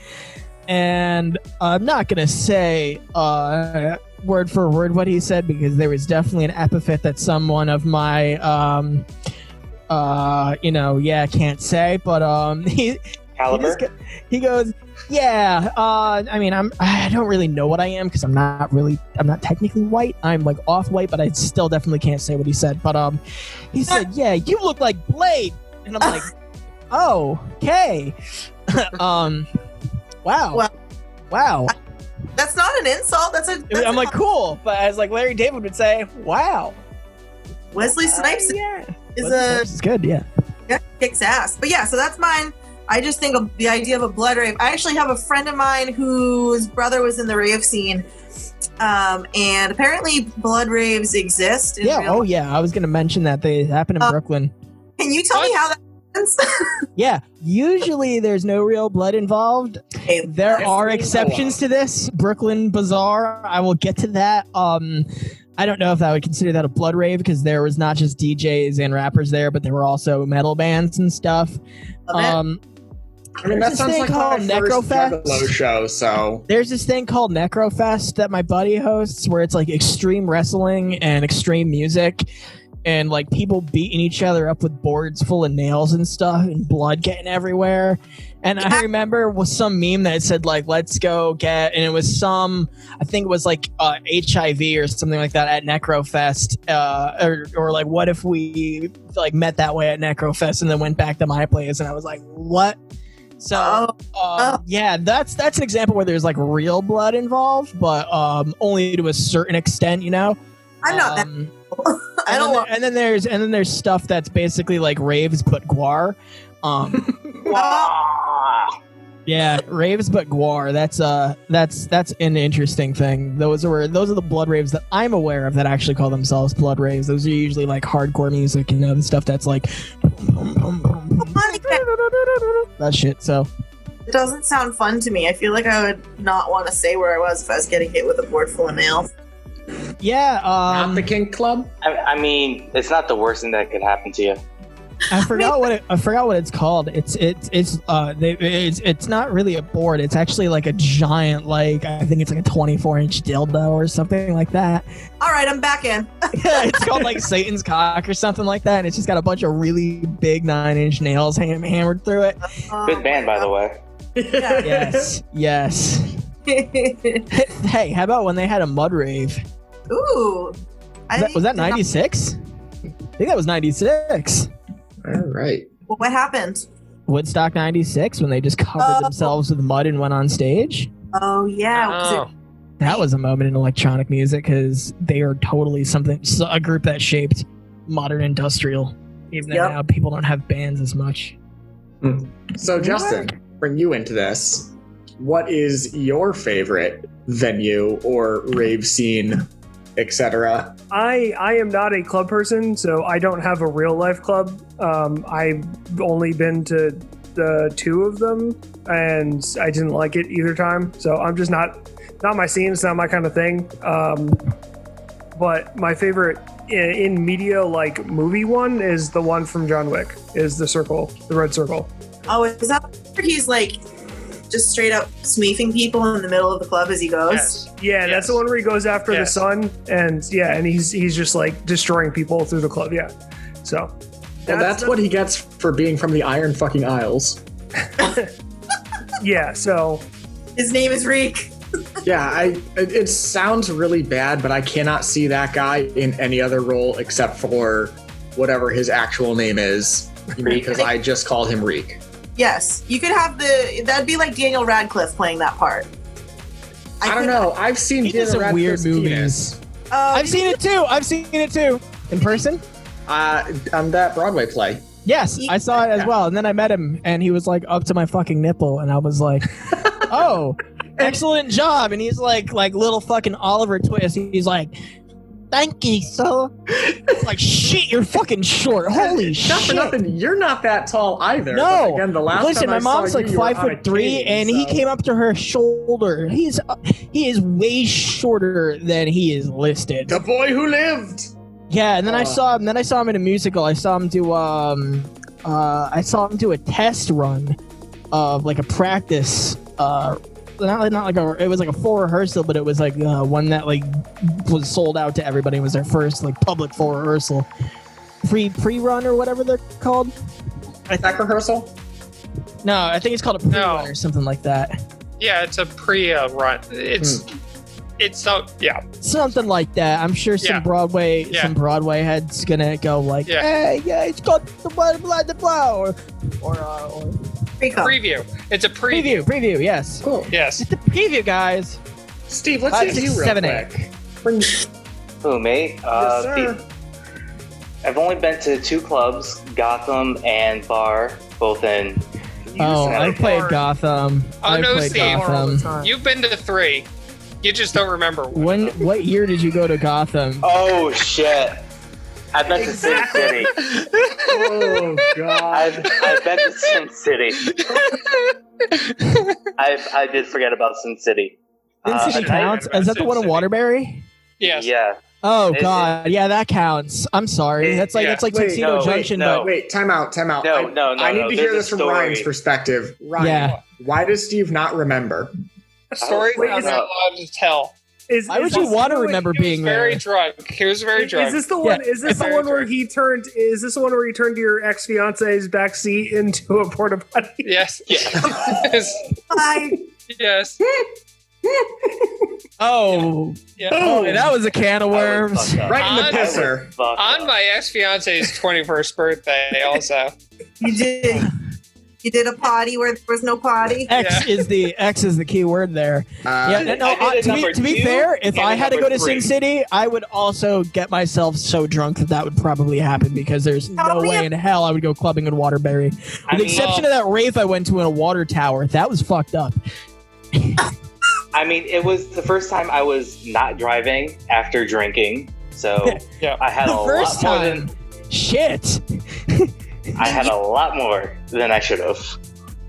F: And I'm not gonna say uh, word for word what he said because there was definitely an epithet that someone of my um, uh, you know, yeah, can't say, but um, [laughs] he he,
C: Caliber.
F: just go- he goes, yeah. Uh, I mean, I'm. I don't really know what I am because I'm not really. I'm not technically white. I'm like off white, but I still definitely can't say what he said. But um,
E: [laughs]
F: he said, yeah, you look like Blade, and I'm like, oh, okay. [laughs] um, wow,
E: Well-
F: wow.
E: that's not an insult. That's a. That's
F: I'm
E: a-
F: like cool, but as like Larry David would say, wow.
E: Wesley Snipes
F: Uh, yeah,
E: is a
F: It's good. Yeah.
E: yeah, kicks ass. But yeah, so that's mine. I just think of the idea of a blood rave. I actually have a friend of mine whose brother was in the rave scene, um, and apparently blood raves exist. in
F: Yeah.
E: real
F: Oh,
E: life.
F: yeah. I was gonna mention that they happen in
E: Uh,
F: Brooklyn.
E: Can you tell me how that happens? [laughs]
F: Yeah, usually there's no real blood involved.
E: Okay.
F: There
B: Yes,
F: are
B: we know
F: exceptions
B: of.
F: to this. Brooklyn Bazaar, I will get to that. Um I don't know if I would consider that a blood rave because there was not just DJs and rappers there, but there were also metal bands and stuff. Um
B: I mean, that
F: There's this
B: sounds
F: thing
B: like
F: called
B: my first
F: Necrofest.
B: Juggalo show. So
F: there's this thing called Necrofest that my buddy hosts where it's like extreme wrestling and extreme music and like people beating each other up with boards full of nails and stuff and blood getting everywhere. And I remember was some meme that said like let's go get and it was some I think it was like uh, HIV or something like that at Necrofest uh, or or like what if we like met that way at Necrofest and then went back to my place and I was like what so
E: Oh,
F: um, yeah, that's that's an example where there's like real blood involved, but um, only to a certain extent, you know.
E: I'm not that.
F: Um,
E: [laughs] I
F: and
E: don't
F: then,
E: want.
F: And then there's and then there's stuff that's basically like raves but guar.
E: [laughs]
F: Um,
E: oh,
C: Ah.
F: yeah, raves but guar. That's uh that's that's an interesting thing. Those are those are the blood raves that I'm aware of that actually call themselves blood raves. Those are usually like hardcore music and other stuff that's like [laughs] that shit. So
E: It doesn't sound fun to me. I feel like I would not want to say where I was if I was getting hit with a board full of nails.
F: yeah, um,
B: not
A: [laughs]
B: the King Club.
C: I, I mean, it's not the worst thing that could happen to you.
E: [laughs]
F: I forgot what it, I forgot what it's called. It's it's it's uh they, it's it's not really a board. It's actually like a giant like I think it's like a 24 inch dildo or something like that. [laughs]
E: All right, I'm back in.
F: it's
E: [laughs]
F: called like Satan's cock or something like that, and it's just got a bunch of really big nine inch nails ham- hammered
E: [laughs]
F: through it.
C: Good band, by the way.
F: Yes, yes.
E: [laughs] way.
F: hey, how about when they had a mud rave?
E: Ooh. I
F: That- was that
E: did not-
F: 96? I think that was 96.
B: All right.
E: What happened?
F: Woodstock 96 when they just covered
E: Oh.
F: themselves with mud and went on stage.
E: Oh yeah, was it-
D: Oh.
F: That was a moment in electronic music because they are totally something so- a group that shaped modern industrial. Even though
E: Yep.
F: now people don't have bands as much.
B: So Justin, bring you into this. What is your favorite venue or rave scene, etc.?
A: I I am not a club person, so I don't have a real life club. Um, I've only been to the two of them, and I didn't like it either time. So I'm just not not my scene. It's not my kind of thing. Um, but my favorite in, in media, like movie one, is the one from John Wick. Is the circle, the red circle?
E: oh, is that where he's like just straight up smeefing people in the middle of the club as he goes?
D: Yes.
A: Yeah, that's
D: Yes.
A: the one where he goes after
D: Yes.
A: the son, and yeah, and he's he's just like destroying people through the club. Yeah, so.
B: Well, that's, what he gets for being from the Iron Fucking Isles.
A: Yeah, so
E: His name is Reek.
B: Yeah, I it, it sounds really bad, but I cannot see that guy in any other role except for whatever his actual name
F: [laughs]
B: is because I just called him Reek.
E: Yes, you could have the. That'd be like Daniel Radcliffe playing that part.
B: I, don't
E: could-
B: know. I've seen
F: He does
B: Daniel
F: some weird
B: Radcliffe's
F: movies.
B: penis,
E: Uh,
F: I've seen it too. I've seen it too in person.
B: uh, on that Broadway play.
F: Yes, I saw it as
B: Yeah.
F: well. And then I met him, and he was like up to my fucking nipple, and I
B: [laughs]
F: was like, "Oh, excellent job!" And he's like, like little fucking Oliver Twist. He's like, "Thank you, so." Like, shit, you're fucking short. Holy
B: Not for
F: shit!
B: nothing. You're not that tall either.
F: No.
B: But Again, the last
F: Listen,
B: time
F: my
B: I saw
F: mom's
B: you,
F: like
B: you were
F: five
B: on a
F: foot three,
B: cane,
F: and he
B: so-
F: came up to her shoulder. He's uh, he is way shorter than he is listed.
B: The boy who lived.
F: Yeah, and then I
B: Uh.
F: saw him. Then I saw him in a musical. I saw him do um, uh, I saw him do a test run of like a practice. Uh, not not like a. It was like a full rehearsal, but it was like uh, one that like was sold out to everybody. It was their first like public full rehearsal, pre pre run or whatever they're called.
B: Attack rehearsal.
F: No, I think it's called a pre run
D: No.
F: or something like that.
D: Yeah, it's a pre uh, run. It's
F: Hmm.
D: it's so yeah.
F: Something like that. I'm sure some
D: Yeah.
F: Broadway
D: Yeah.
F: some Broadway head's gonna go like,
D: Yeah.
F: hey, yeah, it's called the blah blah blah blah or or, uh, or
E: Rico.
D: Preview. It's a preview.
F: Preview, preview, yes.
B: Cool.
D: Yes.
F: It's the preview, guys.
B: Steve, let's
F: Five,
B: hit
F: six,
B: you real
F: seven,
B: quick. Bring-
C: Who, me? Uh,
B: yes, sir.
C: the- I've only been to two clubs, Gotham and Bar, both in.
F: Oh, I played
D: Or-
F: Gotham.
D: Oh,
F: I
D: no,
F: played
D: Steve.
F: Gotham.
D: You've been to three. You just don't remember one.
F: When what year did you go to Gotham?
C: Oh, shit. I've been to Sin City.
F: [laughs]
B: oh god.
C: I've, I've been to Sin [laughs] City. I've, I did forget about Sin City.
F: Sin
C: Uh,
F: City
C: I-
F: counts?
D: I-
F: Is that the
D: Sin
F: one in
D: City.
F: Waterbury?
D: Yes.
C: Yeah.
F: Oh
C: It-
F: god, yeah, that counts. I'm sorry.
C: It-
F: that's like
D: yeah.
F: that's like
B: Wait,
F: Tuxedo
C: no, wait,
F: Junction,
C: no.
B: Wait, time out, time out.
C: No,
B: I,
C: no, no,
B: I need
C: no,
B: to
C: there's
B: hear
C: a
B: this from
C: story.
B: Ryan's perspective. Ryan,
F: Yeah.
B: why does Steve not remember?
D: Stories
A: Wait,
D: I'm
A: is
D: not allowed to tell.
A: Is,
F: Why
A: is
F: would you
A: this-
F: want to
A: wait,
F: remember
D: He was
F: being
D: very
F: there?
D: drunk. He was very
A: Is,
D: drunk.
A: this the one? Is this the
D: Very
A: one where
D: drunk.
A: he turned? Is this the one where he turned your ex fiance's back seat into a porta potty? [laughs]
D: yes. Yes.
E: Bye.
D: yes.
F: Oh,
D: Yeah.
F: [laughs] oh, that was a can of
C: I would
F: worms.
C: fuck
F: [laughs]
C: up.
B: Right in
F: Ah,
B: the
D: I-
B: pisser.
C: Fuck
D: On
C: up.
D: my ex fiance's 21st birthday, also.
E: You did.
F: [laughs]
E: You did a potty where there was no potty.
F: X is the X is the key word there.
B: Uh,
F: Yeah,
C: [laughs]
F: no.
C: I did
F: uh,
C: it
F: to,
C: number
F: be, to be
C: two
F: fair, if
C: and
F: I
C: it
F: had to go
C: number
F: to Sin
C: three.
F: City, I would also get myself so drunk that that would probably happen because there's no
E: Probably
F: way
E: a-
F: in hell I would go clubbing in Waterbury. With
C: I
F: the
C: mean,
F: exception of that rave I went to in a water tower, that was fucked up.
C: I mean, it was the first time I was not driving after drinking.
F: [laughs]
C: So
D: Yeah.
C: I had a
F: The
C: lot
F: first
C: more
F: time,
C: than
F: shit.
C: I had a lot more than I should have.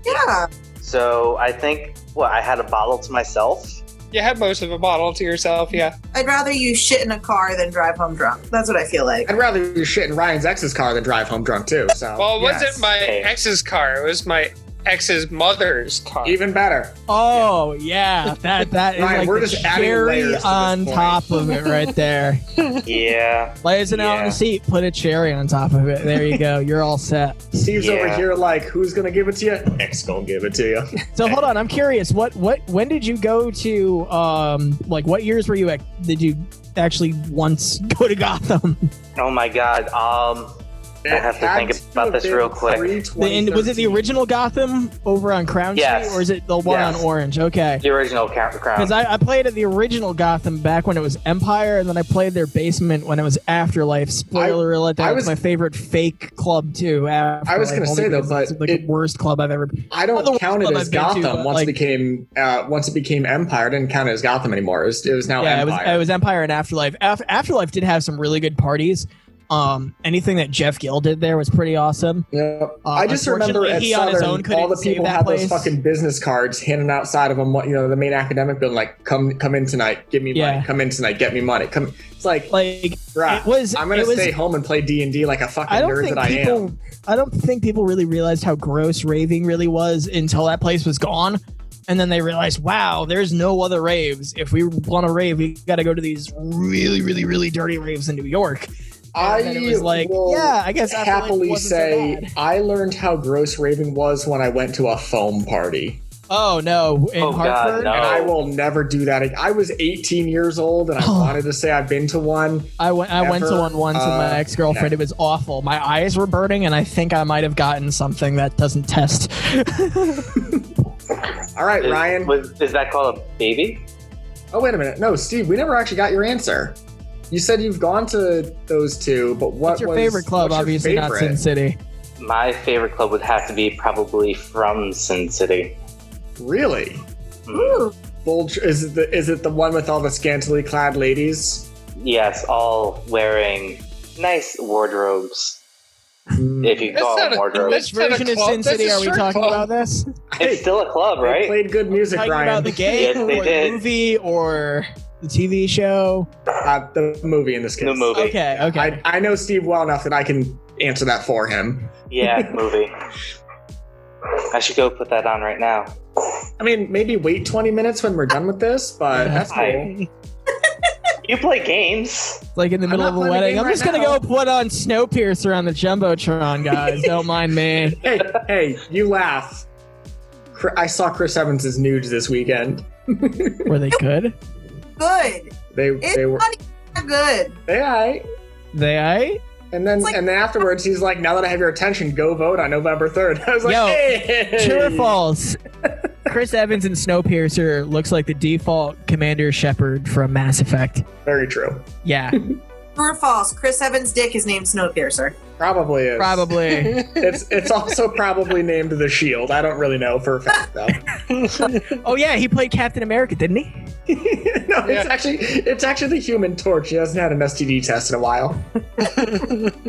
E: Yeah.
C: So I think what I had a bottle to myself.
F: [laughs]
D: You had most of a bottle to yourself. Yeah.
E: I'd rather you shit in a car than drive home drunk. That's what I feel like.
B: I'd rather you shit in Ryan's ex's car than drive home drunk too. So
F: Oh,
D: Well, it
B: yes.
D: wasn't my
C: Hey.
D: ex's car. It was my ex's mother's car.
B: even better.
F: Oh yeah, that that is
B: Ryan,
F: like
B: we're
F: the
B: just adding layers
F: cherry
B: to this
F: on
B: point.
F: top of it right there.
C: Yeah.
F: Lays it out on
C: Yeah.
F: the seat, put a cherry on top of it. There you go. You're all set.
B: Steve's over
C: Yeah.
B: here like, who's gonna give it to you? X gonna give it to you.
F: So hold on, I'm curious. What what when did you go to um like what years were you at? Did you actually once [laughs] go to Gotham?
C: Oh my god. Um. [laughs] I have to think about this real quick.
F: The, and was it the original Gotham over on Crown
C: Yes.
F: Street, or is it the one
C: Yes.
F: on Orange? Okay.
C: The original Count Crown.
F: Because I, I played at the original Gotham back when it was Empire, and then I played their basement when it was Afterlife. Spoiler alert, that
B: I
F: was,
B: was-
F: my favorite fake club too.
B: I was gonna
F: Afterlife, only
B: say, though,
F: because it's,
B: but
F: like
B: it-
F: the worst club I've ever.
B: I
F: Other
B: don't
F: ones
B: count it
F: club
B: as
F: I've been to,
B: Gotham.
F: but,
B: once
F: like-
B: it became uh, once it became Empire, I didn't count it as Gotham anymore. It was, it was now
F: yeah,
B: Empire.
F: it was it was Empire and Afterlife. Af- Afterlife did have some really good parties. Um, anything that Jeff Gill did there was pretty awesome.
B: Yep.
F: Uh,
B: I just remember
F: unfortunately,
B: at
F: he on his
B: Southern,
F: own couldn't
B: all the
F: save
B: people
F: that
B: had those
F: place.
B: fucking business cards handing outside of them. You know, the main academic building, like, come, come in tonight, give me
F: Yeah.
B: money. Come in tonight, get me money. Come. It's like,
F: Like
B: bruh,
F: it was.
B: I'm gonna
F: it was,
B: stay home and play D and D like a fucking
F: I don't
B: nerd
F: think
B: that I am.
F: people. I don't think people really realized how gross raving really was until that place was gone, and then they realized, wow, there's no other raves. If we want to rave, we got to go to these really, really, really dirty raves in New York.
B: I
F: And then it was like,
B: will
F: yeah, I guess Afterlife
B: happily
F: wasn't so
B: say
F: bad.
B: I learned how gross raving was when I went to a foam party.
F: Oh no, in
C: Oh, God,
F: Hartford.
C: no.
B: And I will never do that. ag- I was 18 years old and I
F: Oh.
B: wanted to say I've been to one.
F: I went. I went to
B: Ever,
F: one once with
B: uh,
F: my ex girlfriend. It was awful. My eyes were burning, and I think I might have gotten something that doesn't test. [laughs]
B: All right,
C: Is-
B: Ryan.
C: was, is that called a baby?
B: Oh, wait a minute. No, Steve, we never actually got your answer. You said you've gone to those two, but what
F: What's your
B: was-
F: favorite club?
B: what's your
F: Obviously not Sin
B: favorite?
F: City.
C: My favorite club would have to be probably from Sin City.
B: Really?
E: Ooh.
B: Bold, is, it the, is it the one with all the scantily clad ladies?
C: Yes, all wearing nice wardrobes.
B: Hmm.
C: If you
D: That's
C: call
D: not
C: them
D: a-
C: wardrobes.
F: Which
D: That's not a
F: version of
D: club,
F: Sin
D: that's
F: City
D: a
F: are we
D: strip
F: talking
D: club.
B: [laughs]
F: about? This
C: It's still a club,
B: They
C: right?
B: played good music,
F: talking
B: Ryan.
F: about the game
C: Yes, they
F: or the
C: did.
F: movie or the TV show.
B: uh, the movie in this case.
C: The movie.
F: Okay, okay.
B: I, I know Steve well enough that I can answer that for him. [laughs]
C: Yeah, movie. I should go put that on right now.
B: I mean, maybe wait 20 minutes when we're done with this, but that's cool.
C: Hi. you play games.
F: like in the
B: I'm
F: middle
B: not
F: of a
B: playing the
F: wedding.
B: game
F: I'm just
B: right
F: gonna
B: now.
F: go put on Snowpiercer on the jumbotron, guys. Don't mind
B: [laughs]
F: me.
B: Hey, hey, you laugh. Cr- I saw Chris Evans's nudes this weekend.
F: Were they good?
E: Good.
B: They
E: It's
B: they were
E: not even good.
B: they aight.
F: They I?
B: And then
E: It's like-
B: and then afterwards he's like, now that I have your attention, go vote on November third. [laughs] I was like,
F: Yo,
B: hey.
F: True or false? Chris Evans and Snowpiercer looks like the default Commander Shepard from Mass Effect.
B: Very true.
F: Yeah,
E: True or false? Chris Evans' dick is named Snowpiercer.
B: Probably is.
F: probably.
B: [laughs] It's it's also probably named the Shield. I don't really know for a fact
F: [laughs]
B: though.
F: Oh yeah, he played Captain America, didn't he?
B: no,
D: Yeah.
B: it's actually it's actually the Human Torch. He hasn't had an STD test in a while.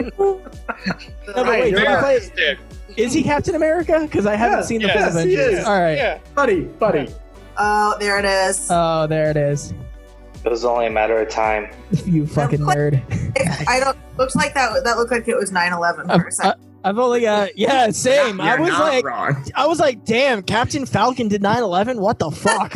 F: No, but
B: Right,
F: wait,
B: you're
F: did he
B: right.
F: play-
D: Yes, dude.
F: is he Captain America? Because I haven't
B: Yes,
F: seen the
D: yes,
F: full
B: yes, he
F: Avengers.
B: is.
F: All right.
D: Yeah.
B: Buddy, buddy.
E: Oh, there it is.
F: Oh, there it is.
C: It was only a matter of time.
F: You fucking
E: quite-
F: nerd. [laughs]
E: I don't. Looks like that. That looked like it was 9/11 for a
F: Uh,
E: second.
F: I've only got yeah, same. I
B: You're
F: was
B: not
F: like,
B: wrong.
F: I was like, damn, Captain Falcon did 9/11. What
B: [laughs]
F: the fuck?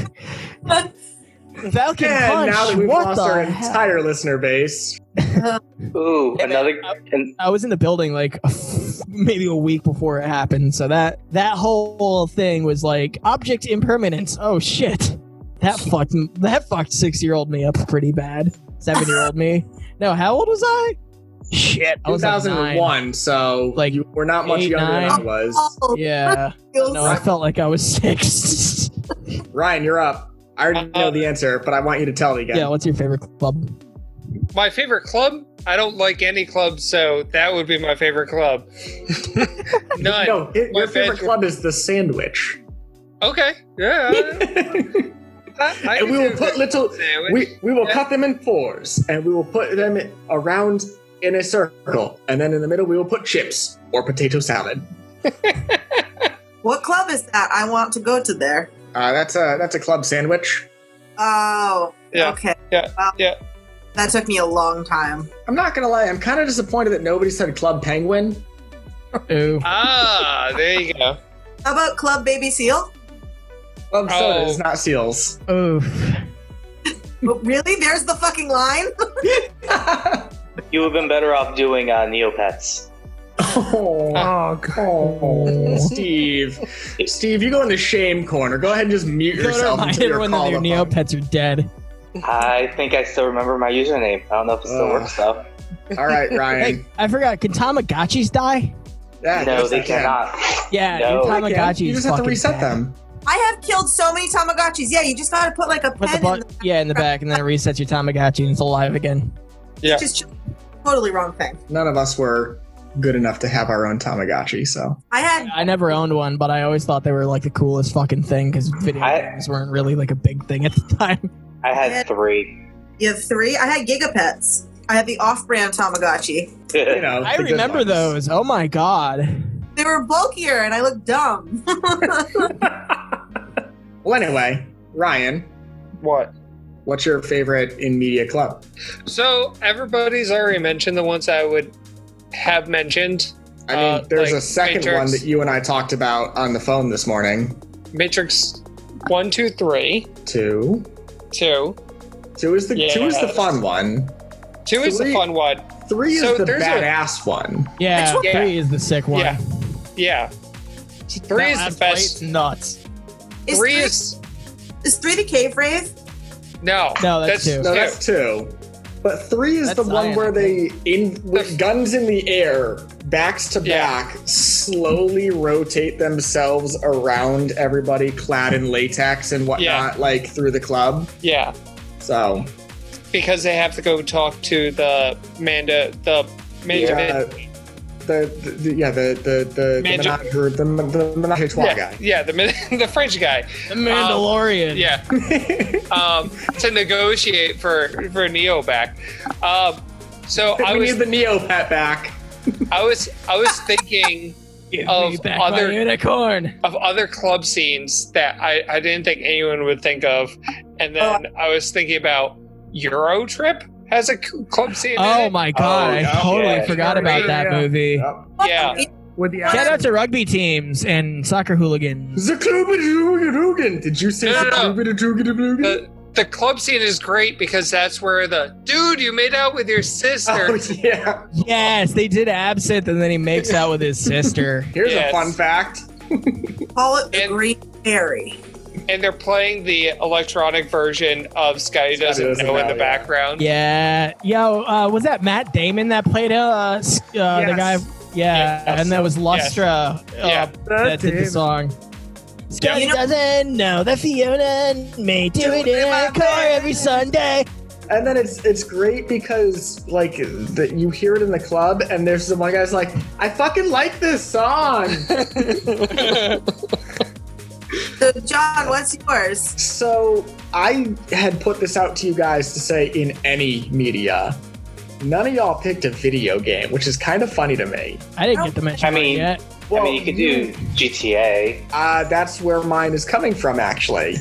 F: Falcon
B: And
F: punch.
B: now that we've
F: what
B: lost
F: the
B: our
F: hell?
B: entire listener base, Hmm.
C: Ooh,
F: And then-
C: another. and
F: I was in the building like [laughs] maybe a week before it happened, so that that whole thing was like object impermanence. Oh shit,
B: [laughs]
F: that fucked that fucked six year old me up pretty bad. Seven year old me. No, how old was I? Shit, I was like nine.
B: 2001. so
F: Like,
B: like you were not much
F: eight,
B: younger than
F: nine.
B: I was.
E: Oh,
F: Yeah,
E: feels-
F: no, I felt like I was six. [laughs]
B: Ryan, you're up. I already
D: Uh,
B: know the answer, but I want you to tell it again.
F: yeah, what's your favorite club?
D: My favorite club? I don't like any club, so that would be my favorite
B: [laughs]
D: club. None.
B: no, it-
D: My
B: your favorite
D: bedroom.
B: club is the sandwich.
D: Okay.
B: [laughs]
D: Yeah.
B: and
D: I, I can
B: we
D: do
B: will
D: a
B: put little.
D: sandwich.
B: We we will
D: Yeah.
B: cut them in fours, and we will put them around in a circle, and then in the middle we will put chips or potato salad.
E: What club is that? I want to go to there.
B: Uh, that's a that's a club sandwich.
E: Oh.
D: Yeah.
E: Okay.
D: Yeah.
E: Wow.
D: Yeah.
E: That took me a long time.
B: I'm not gonna lie, I'm kind of disappointed that nobody said Club Penguin.
F: Ooh.
D: ah, there you go.
E: How about Club Baby Seal?
B: Club
D: Oh.
B: Soda is not seals.
F: Oof. [laughs]
E: Oh, really? There's the fucking line.
C: you would have been better off doing uh, Neopets.
B: oh,
A: Oh, God.
B: oh, Steve, Steve, you go in the shame corner. Go ahead and just mute
F: Go to
B: yourself
F: remind
B: until you're
F: everyone that
B: called
F: their
B: upon.
F: Neopets are dead.
C: I think I still remember my username. I don't know if it still
B: Ugh.
C: works though.
B: All right, Ryan.
F: Hey, I forgot. Can Tamagotchis die?
B: Yeah,
C: no,
B: yes,
C: they
B: I can.
C: cannot.
F: Yeah,
C: No.
F: your
B: I
F: Tamagotchi.
B: can.
F: is
B: You just have to
F: fucking
B: reset
F: bad.
B: them.
E: I have killed so many Tamagotchis. Yeah, you just gotta put like a
F: Put the
E: pen in
F: butt,
E: the
F: yeah, in the back, and then it resets your Tamagotchi, and it's alive again.
D: Yeah.
E: just ch- totally wrong thing.
B: None of us were good enough to have our own Tamagotchi, so
E: I had
F: I never owned one, but I always thought they were like the coolest fucking thing because video
C: I-
F: games weren't really like a big thing at the time.
C: I had three. [laughs]
E: you have three. I had Gigapets. I had the off-brand Tamagotchi.
B: you know.
F: I
B: the good
F: remember
B: ones.
F: those. Oh my god.
E: They were bulkier, and I looked dumb. [laughs]
B: Well, anyway, Ryan,
D: What?
B: what's your favorite in media club?
D: So everybody's already mentioned the ones I would have mentioned.
B: I mean,
D: Uh,
B: there's
D: like
B: a second
D: Matrix.
B: one that you and I talked about on the phone this morning.
D: Matrix one, two, three,
B: Two,
D: two.
B: two is the two is the
D: Yes.
B: fun one.
D: Two is the
B: Three.
D: fun one.
B: Three is
D: So
B: the
D: there's a-
B: badass one.
F: Yeah,
D: Yeah.
F: three is the sick one.
D: Yeah. Yeah. Three
F: That
D: is
F: last
D: the best.
F: fight's nuts.
E: Is
D: three
E: three,
D: is
E: is three the cave wraith?
D: no,
F: No, that's two.
B: No, that's two. But three is the
F: That's
B: one
F: Zion,
B: where
F: I
B: they in with
D: The-
B: guns in the air, backs to
D: Yeah.
B: back, slowly rotate themselves around everybody clad in latex and whatnot, like through the club.
D: yeah,
B: So
D: because they have to go talk to the Manda, the Manda.
B: uh, the, the, the yeah the the the the
D: Magi-
B: menage, the, the, menage a trois
D: yeah,
B: guy.
D: yeah, the Min- [laughs] the French guy.
F: The
B: [laughs]
F: Mandalorian.
D: Yeah, um, to negotiate for for Neo back. Um, so I
B: we
D: was
B: need the Neopet back.
D: I was I was thinking
F: Give
D: Of
F: me back my
D: other-
F: unicorn.
D: of other club scenes that I, I didn't think anyone would think of, and
B: Oh.
D: then I was thinking about Euro Trip has a c- club scene. in
F: Oh
D: it.
F: my
C: Oh,
F: god! I totally
C: yeah.
F: forgot about that
A: Yeah.
F: movie.
B: Yep.
D: Yeah.
A: with the
F: Shout out to rugby teams and soccer hooligans.
B: Zakubadoogadoogan. Did you say
D: No, no, no.
B: Zakubadoogadoogan?
D: The, the club scene is great because that's where the dude you made out with your sister.
B: [laughs] Oh yeah.
F: Yes, they did absinthe, and then he makes out with his sister.
B: Here's
D: Yes.
B: a fun fact.
E: Call it the
D: And-
E: Green Fairy.
D: And they're playing the electronic version of Scotty Doesn't,
B: Doesn't
D: Know in
B: Know,
D: the
B: yeah.
D: background.
F: Yeah, yo, uh, was that Matt Damon that played uh, s- uh the guy?
A: Yes.
F: Yeah,
D: Yes.
F: and that was Lustra uh,
D: Yeah.
F: that did the song. Scotty
E: You know-
F: doesn't know that Fiona and me do it in our car every Sunday.
B: And then it's it's great because like that you hear it in the club and there's the one guy's like, I fucking like this song.
E: So, John, what's yours?
B: so I had put this out to you guys to say in any media. None of y'all picked a video game, which is kind of funny to me.
F: I didn't get to mention
C: I
F: that
C: mean-
F: yet.
C: I mean, you could do GTA.
B: Uh, that's where mine is coming from,
C: [laughs]
B: actually.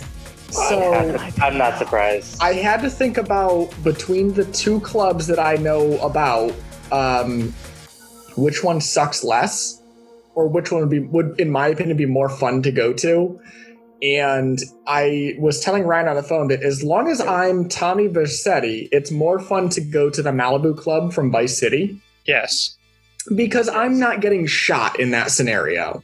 B: So
C: I'm, I'm not surprised.
B: I had to think about between the two clubs that I know about, um, which one sucks less, or which one would be would, in my opinion, be more fun to go to. And I was telling Ryan on the phone that as long as I'm Tommy Versetti, it's more fun to go to the Malibu Club from Vice City
D: Yes.
B: because I'm not getting shot in that scenario.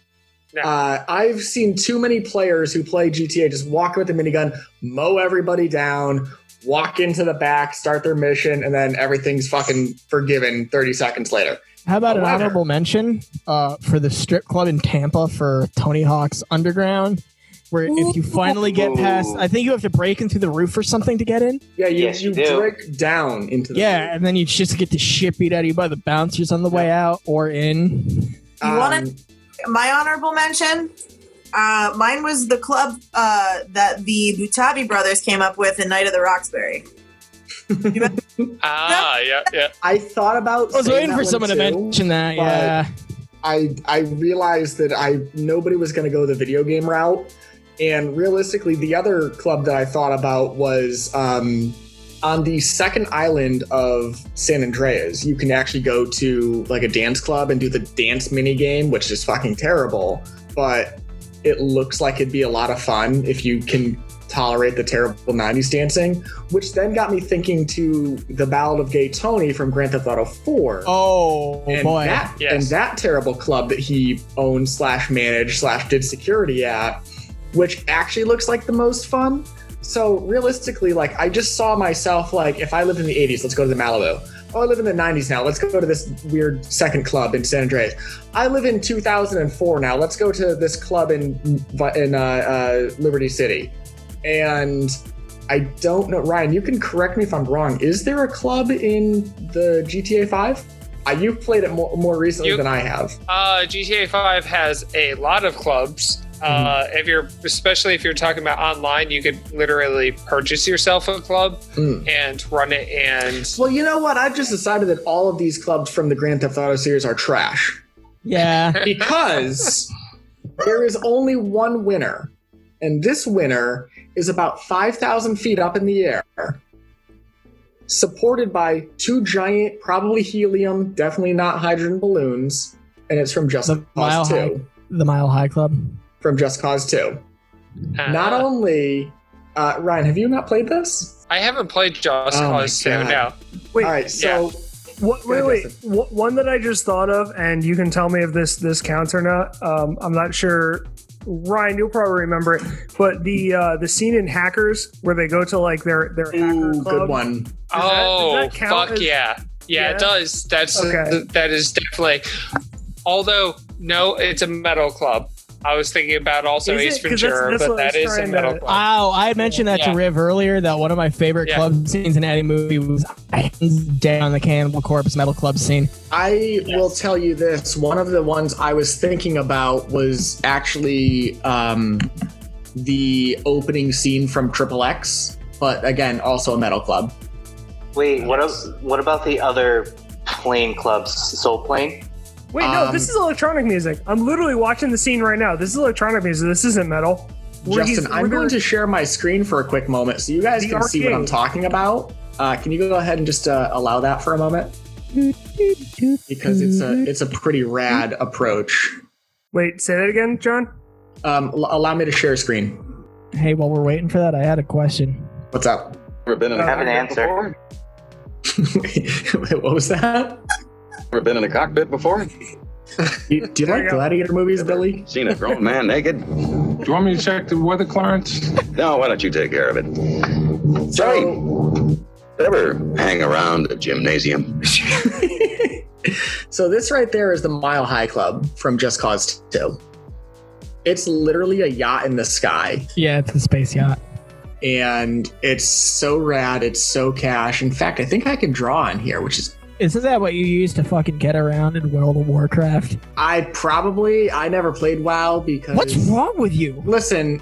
D: No.
B: Uh, I've seen too many players who play GTA just walk with the minigun, mow everybody down, walk into the back, start their mission, and then everything's fucking forgiven 30 seconds later.
F: How about an
B: However-
F: honorable mention uh, for the strip club in Tampa for Tony Hawk's Underground, where if you finally get past, I think you have to break into the roof or something to get in.
B: Yeah, you,
C: Yes,
B: you
C: you do.
B: break down into the
F: Yeah, and then you just get the shit beat out of you by the bouncers on the way out or in.
E: You
B: Um,
E: wanna- My honorable mention. Uh, mine was the club uh, that the Butabi brothers came up with in Night of the Roxbury.
D: Ah, yeah, yeah.
B: I thought about.
F: I was
B: saying
F: waiting
B: that
F: for
B: one
F: someone
B: too.
F: to mention that.
B: but-
F: Yeah,
B: I I realized that I nobody was going to go the video game route, and realistically, the other club that I thought about was um, on the second island of San Andreas. You can actually go to like a dance club and do the dance mini game, which is fucking terrible, but it looks like it'd be a lot of fun if you can tolerate the terrible 90s dancing which then got me thinking to the ballad of gay tony from grand theft auto 4
F: Oh
B: and
F: boy.
B: that
D: Yes.
B: and that terrible club that he owned slash managed slash did security at, which actually looks like the most fun. So realistically, like I just saw myself like if I lived in the '80s, let's go to the Malibu. Oh, I live in the '90s now. Let's go to this weird second club in San Andreas. I live in 2004 now. Let's go to this club in in uh, uh, Liberty City, and. I don't know, Ryan. You can correct me if I'm wrong. Is there a club in the GTA 5? Uh, you've played it more, more recently
D: You-
B: than I have.
D: Uh, GTA 5 has a lot of clubs. Uh, If you're, especially if you're talking about online, you could literally purchase yourself a club
F: Hmm.
B: Mm.
D: and run it. And
B: Well, you know what? I've just decided that all of these clubs from the Grand Theft Auto series are trash
F: yeah.
B: because there is only one winner, and this winner is about five thousand feet up in the air, supported by two giant, probably helium, definitely not hydrogen balloons, and it's from Just
F: The Mile
B: Cause
F: High.
B: Two.
F: [laughs] The Mile High Club.
B: From Just Cause Two.
D: uh,
B: Not only, uh, Ryan, have you not played this?
D: I haven't played Just
B: Oh my
D: Cause 2
B: God.
D: now.
A: Wait,
B: All right, so
A: What, wait,
B: ahead,
A: wait.
B: Justin.
A: Wh- One that I just thought of, and you can tell me if this this counts or not. Um, I'm not sure Ryan, you'll probably remember it, but the uh, the scene in Hackers where they go to like their their hacker
B: Ooh,
A: club.
B: good one.
A: Does that- does
D: oh,
A: that count
D: fuck
A: as-
D: yeah.
A: Yeah?
D: yeah, It does. That's
A: Okay.
D: that is definitely. Although no, it's a metal club. I was thinking about also
A: Is it?
D: Ace
A: 'Cause that's-
D: Ventura,
A: that's
D: but
A: what I was
D: that is a
A: trying
D: metal
A: to-
D: club.
F: Oh, I had mentioned that
D: Yeah.
F: to Riv earlier that one of my favorite
D: Yeah.
F: club scenes in any movie was hands down the Cannibal Corpse metal club scene.
B: I will tell you this. One of the ones I was thinking about was actually um, the opening scene from Triple X, but again, also a metal club.
C: Wait, what? Else, what about the other plane clubs? Soul plane.
A: Wait, no,
B: Um,
A: this is electronic music. I'm literally watching the scene right now. This is electronic music. This isn't metal. Where he's-
B: Justin, I'm
A: where
B: going
A: they're-
B: to share my screen for a quick moment so you guys
A: The
B: can see what I'm
A: arcade.
B: talking about. Uh, can you go ahead and just uh, allow that for a moment? Because it's a it's a pretty rad approach.
A: Wait, say that again, John.
B: Um, l- allow me to share screen.
F: Hey, while we're waiting for that, I had a question.
B: What's up? [laughs]
H: Never been in
A: I
H: a
A: have
C: an
H: cockpit
C: answer.
H: Before?
B: what was that?
H: Never been in a cockpit before?
B: You, do you
A: There
B: like
A: you go.
B: gladiator movies, Billy?
H: Seen a grown man naked?
I: Do you want me to check the weather, Clarence?
H: No, why don't you take care of it? Sorry. Ever hang around a gymnasium?
B: So this right there is the Mile High Club from Just Cause 2. It's literally a yacht in the sky
F: Yeah, it's the space yacht.
B: and it's so rad, it's so cash. In fact, I think I can draw on here, which is
F: Isn't that what you used to fucking get around in World of Warcraft?
B: I probably I never played WoW because
F: What's wrong with you?
B: Listen,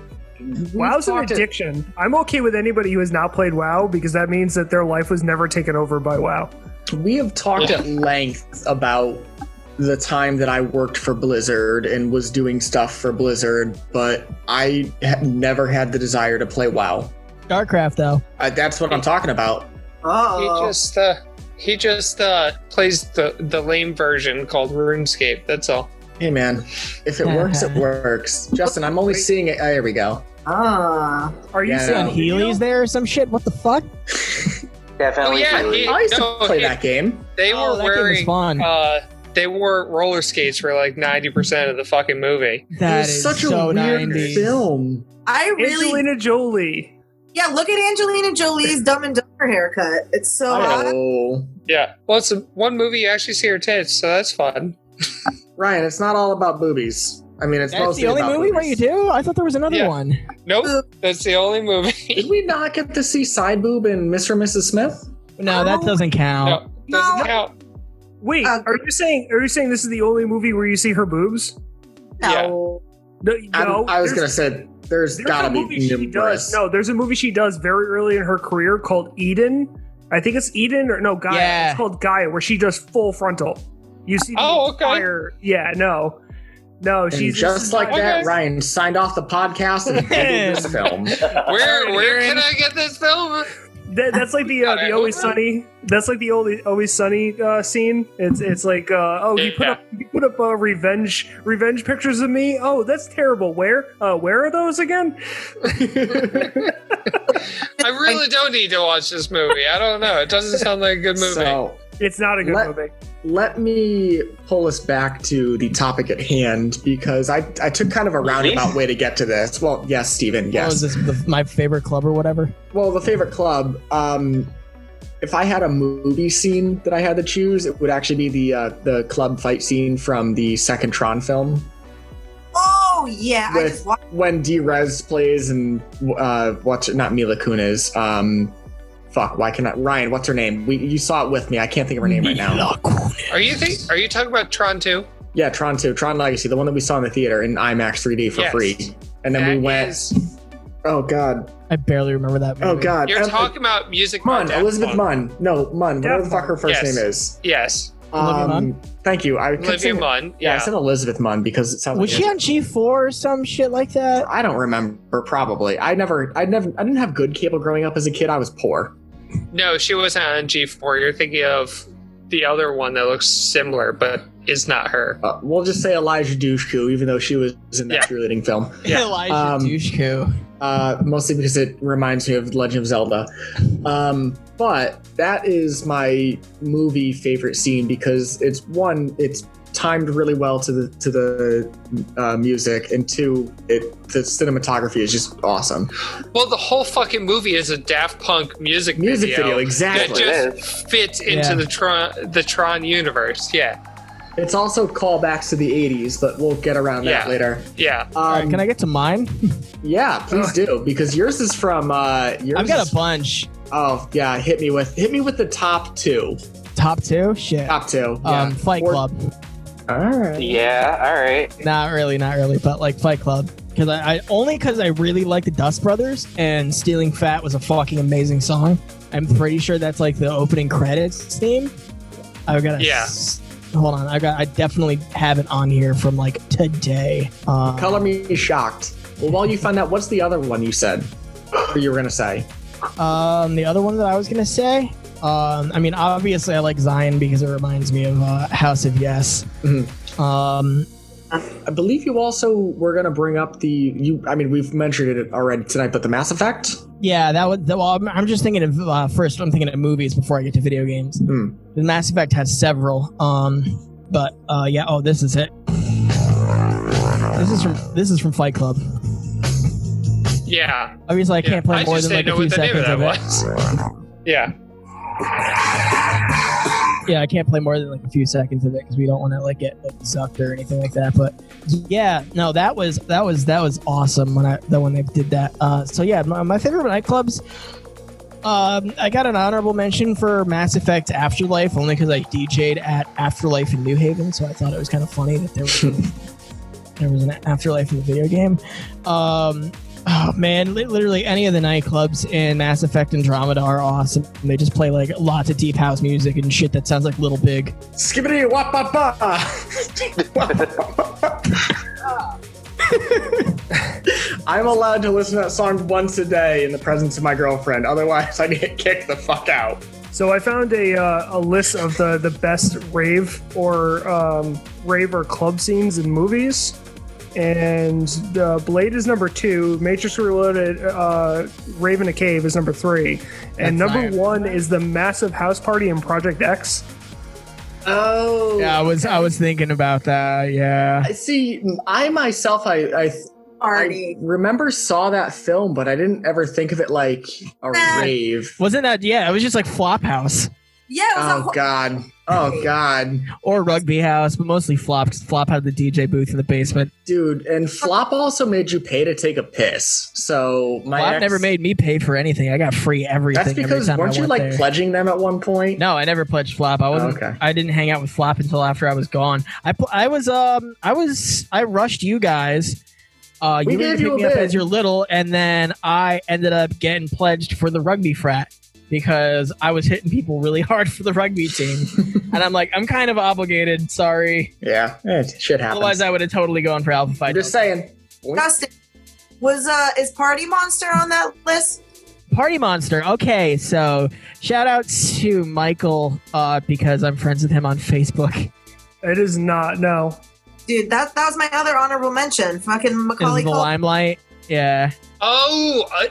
A: WoW's an
B: talked it-
A: addiction. I'm okay with anybody who has not played WoW because that means that their life was never taken over by WoW.
B: we have talked
D: Yeah.
B: at length about the time that I worked for Blizzard and was doing stuff for Blizzard, but I ha- never had the desire to play WoW.
F: StarCraft, though.
B: Uh, that's what I'm talking about.
D: He
E: Oh,
D: just uh, he just uh, plays the the lame version called RuneScape. That's all.
B: Hey man, if it works, it works. Justin, I'm only seeing it. oh, there we go.
E: ah.
A: Are you
B: Yeah, I
A: saying
B: know.
F: Healy's there or some shit? What the fuck?
C: Definitely.
D: Oh, yeah,
C: Julie.
D: he-
B: I used to
D: No,
B: play
D: hey.
B: that game.
D: They
F: Oh,
D: were
F: that game was
D: wearing
F: fun.
D: uh, they wore roller skates for like ninety percent of the fucking movie.
B: It
F: that
B: was
F: is
B: such
F: so
B: a weird
F: 90s.
B: film.
E: I really,
A: Angelina Jolie?
E: yeah. Look at Angelina Jolie's Dumb and Dumber haircut. It's so hot.
B: Oh,
D: Yeah. Well, it's one movie you actually see her tits, so that's fun.
B: Ryan, it's not all about boobies. I mean, it's
F: That's
B: mostly
F: the only
B: about
F: movie where you
B: boobies.
F: do? I thought there was another
D: Yeah.
F: one. Uh,
D: Nope. That's the only movie. [laughs]
B: Did we not get to see side boob in Mr. and Mrs. Smith?
F: No, that doesn't count.
D: No,
E: No.
D: doesn't count.
A: Wait,
E: Uh,
A: are you saying are you saying this is the only movie where you see her boobs?
E: No,
A: No,
B: I,
A: no,
B: I was
A: there's-
B: gonna say there's
A: there's
B: gotta
A: a
B: be
A: movie she
B: numerous.
A: does. No, there's a movie she does very early in her career called Eden. I think it's Eden or no Gaia.
F: Yeah.
A: It's called Gaia, where she does full frontal. You see the
D: Oh, okay.
A: entire. Yeah, no, no,
B: And
A: she's
B: just like that,
D: Okay.
B: Ryan signed off the podcast and did this film.
C: [laughs]
D: Where where can I get this film?
A: That, that's like the uh, the
D: Alright.
A: always sunny. That's like the only always sunny uh, scene. It's it's like uh, oh you put
D: Yeah.
A: up you put up uh, revenge revenge pictures of me. Oh that's terrible. Where uh, where are those again?
D: I really don't need to watch this movie. I don't know.
B: [laughs]
D: It doesn't sound like a [laughs] good movie.
B: so
A: It's not a good
B: Let-
A: movie.
B: let me pull us back to the topic at hand because I, I took kind of a roundabout way to get to this. Well, yes, Steven,
F: What
B: yes.
F: was this? The, my favorite club or whatever?
B: Well, the favorite club. Um, if I had a movie scene that I had to choose, it would actually be the uh, the club fight scene from the second Tron film
E: oh yeah. I
B: With-
E: just watched.
B: when D Rez plays and uh, what's not Mila Kunis. Um, fuck, why can I Ryan? What's her name? We you saw it with me. I can't think of her name right now.
D: Are you think are you talking about Tron 2?
B: Yeah, Tron Two, Tron Legacy, the one that we saw in the theater in IMAX 3D for
D: Yes.
B: free, and then we
D: That
B: went.
D: is-
B: Oh god.
F: I barely remember that movie.
B: Oh god.
D: you're
B: Em-
D: talking about music. by
B: Munn,
D: Daft
B: Elizabeth
D: Punk.
B: Munn. No, Munn. Whatever the
A: Daft
B: fuck her
A: Punk.
B: first
D: Yes.
B: name is. Um,
D: Yes.
F: Olivia Munn?
B: Thank you. I kept
D: Olivia
B: saying-
D: Munn.
B: Yeah, I
D: Yeah.
B: said Elizabeth Munn because it sounds
F: Was
B: like
F: she on G4 or some shit like that?
B: I don't remember. Probably. I never. I never. I didn't have good cable growing up as a kid. I was poor.
D: No, she wasn't on G4. You're thinking of the other one that looks similar, but is not her.
B: Uh, we'll just say Elijah Dushku, even though she was in that
D: Yeah.
B: cheerleading film.
D: Yeah.
F: [laughs] Elijah
B: Um,
F: Dushku.
B: Uh, mostly because it reminds me of Legend of Zelda. Um, but that is my movie favorite scene because it's one. It's timed really well to the to the uh, music, and two, it the cinematography is just awesome.
D: Well, the whole fucking movie is a Daft Punk music
B: Music
D: video.
B: video, exactly.
D: That just fits into
F: Yeah.
D: the Tron the Tron universe. Yeah,
B: It's also callbacks to the '80s, but we'll get around that
D: Yeah.
B: later.
D: yeah.
B: Um,
F: All right, can I get
B: [laughs]
F: to mine?
B: Yeah, please do because yours is from. Uh, yours
F: I've got
B: is-
F: a bunch.
B: oh yeah, hit me with hit me with the top two.
F: Top two? Shit.
B: Top two.
F: Um, Fight
B: Or-
F: Club.
B: All right.
C: Yeah, all right.
F: Not really, not really, but like Fight Club. Because I, I only because I really like the Dust Brothers and Stealing Fat was a fucking amazing song. I'm pretty sure that's like the opening credits theme. I've got
D: Yeah.
F: Hold on, I got I definitely have it on here from like today. Um,
B: Color me shocked. Well, while you find out, what's the other one you said? Or you were gonna say?
F: Um, the other one that I was gonna say. Um, I mean, obviously I like Zion because it reminds me of uh, House of Yes.
B: Mhm.
F: Um,
B: I believe you also were gonna bring up the you. I mean, we've mentioned it already tonight, but the Mass Effect.
F: yeah, that was. Well, I'm, I'm just thinking of uh, first. I'm thinking of movies before I get to video games.
B: Hmm.
F: The Mass Effect has several. Um, but uh, yeah. Oh, this is it. This is from this is from Fight Club.
D: Yeah.
F: Obviously, I
D: yeah.
F: can't play more
D: just
F: than like
D: didn't
F: a few
D: know what the name
F: seconds
D: of that
F: of it.
D: was. yeah.
F: yeah, I can't play more than like a few seconds of it because we don't want to like get like, sucked or anything like that. But yeah, no, that was that was that was awesome when I that when they did that. Uh, so yeah, my, my favorite nightclubs. Um, I got an honorable mention for Mass Effect Afterlife only because I DJ'd at Afterlife in New Haven, so I thought it was kind of funny that there was [laughs] there was an Afterlife in the video game. Um, Oh man, li- literally any of the nightclubs in Mass Effect Andromeda are awesome. They just play like lots of deep house music and shit that sounds like Little Big.
B: Skibbity wop ba ba. [laughs] I'm allowed to listen to that song once a day in the presence of my girlfriend. Otherwise, I get kicked the fuck out.
A: So I found a uh, a list of the the best rave or um, rave or club scenes in movies, and uh, Blade is number two. Matrix Reloaded, uh, Rave in a Cave is number three, and
F: That's
A: number
F: fire.
A: one is the massive house party in Project X.
B: Oh,
F: Yeah, I was I was thinking about that. Yeah,
B: I see. I myself, I, I, I
E: Party.
B: remember saw that film, but I didn't ever think of it like a
E: Ah.
B: rave.
F: wasn't that? Yeah, it was just like flop house
E: Yeah, it was a
B: Oh
E: whole-
B: god. Oh god,
F: or rugby house, but mostly flop. 'cause flop had the DJ booth in the basement.
B: dude. And flop also made you pay to take a piss. So my
F: Flop
B: ex-
F: never made me pay for anything. I got free everything.
B: That's because
F: every time
B: weren't
F: I
B: you
F: went
B: like
F: there.
B: pledging them at one point?
F: No, I never pledged Flop. I wasn't.
B: okay.
F: I didn't hang out with Flop until after I was gone. I pl- I was um I was I rushed you guys. Uh,
B: We
F: you were
B: gave
F: to pick
B: you a
F: me up
B: bid.
F: as your little, and then I ended up getting pledged for the rugby frat because I was hitting people really hard for the
B: [laughs]
F: rugby team, and I'm like I'm kind of obligated. Sorry,
B: Yeah, eh, shit happens.
F: otherwise I would have totally gone for Alpha Phi
B: I'm just
F: Delta.
B: saying.
E: Dustin, was uh is Party Monster on that list?
F: Party Monster. Okay, so shout out to Michael uh, because I'm friends with him on Facebook.
A: It is not no.
E: Dude, that that was my other honorable mention. Fucking Macaulay
F: Is the
E: Culkin.
F: limelight? Yeah.
D: Oh, uh,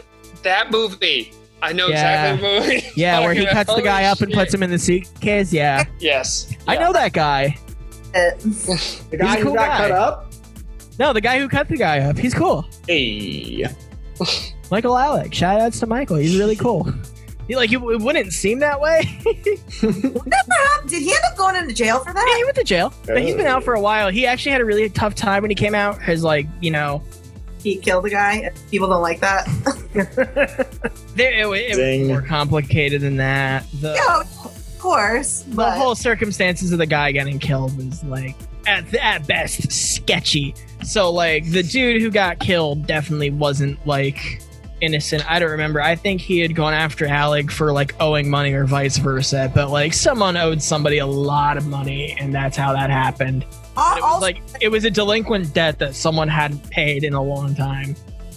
D: that movie. I know
F: Yeah.
D: exactly what movie. you're
F: Yeah, where he
D: talking
F: cuts
D: about.
F: the guy
D: Oh, Holy
F: up and
D: shit.
F: puts him in the suitcase. Yeah.
D: Yes.
F: I know that guy.
B: The guy
F: He's a cool
B: who got
F: guy.
B: cut up.
F: No, the guy who cut the guy up. He's cool.
B: Hey.
F: Michael Alec. Shout outs to Michael. He's really cool. [laughs] He, like, it, it wouldn't seem that way. [laughs]
E: Did he end up going into jail for
F: yeah,
E: that?
F: he went to jail. But he's been out for a while. He actually had a really tough time when he came out. His, like, you know,
E: He killed a guy. People don't like that. [laughs]
F: there, it, wa- it was
B: Ding.
F: more complicated than that. The,
E: Yeah, of course.
F: the
E: But
F: whole circumstances of the guy getting killed was, like, at, at best, sketchy. So, like, the dude who got killed definitely wasn't, like, innocent. I don't remember. I think he had gone after Alec for like owing money or vice versa, but like someone owed somebody a lot of money, and that's how that happened.
E: al-
F: And it was
E: also,
F: like it was a delinquent debt that someone hadn't paid in a long time.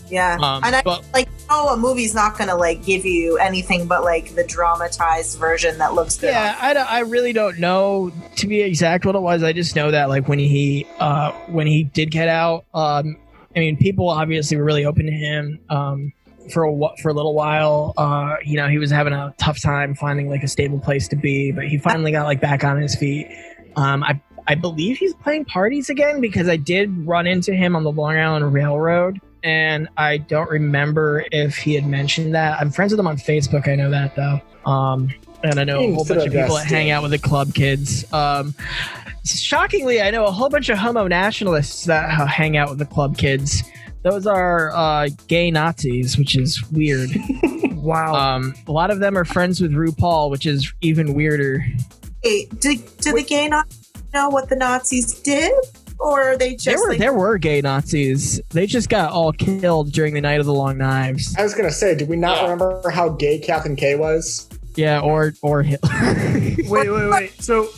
E: yeah.
F: Um,
E: and I
F: but
E: like oh, a movie's not gonna like give you anything but like the dramatized version that looks good.
F: yeah, I, don't- I really don't know to be exact what it was. I just know that like when he uh when he did get out, um, I mean people obviously were really open to him. Um, for a wh- for a little while, uh, you know, he was having a tough time finding like a stable place to be, but he finally got like back on his feet. Um, I I believe he's playing parties again because I did run into him on the Long Island Railroad, and I don't remember if he had mentioned that. I'm friends with him on Facebook. I know that though. Um, and I know a whole bunch of people that hang out with the club kids. Um, shockingly, I know a whole bunch of homo nationalists that h- hang out with the club kids. Those are uh, gay Nazis, which is weird.
A: Wow.
F: Um, a lot of them are friends with RuPaul, which is even weirder.
E: Hey, do, do the gay Nazis know what the Nazis did? Or are they just
F: there were
E: like,
F: there were gay Nazis. They just got all killed during the night of the Long Knives.
B: I was gonna say, do we not remember how gay Captain K was?
F: Yeah, or or Hitler. [laughs]
A: Wait, wait, wait. So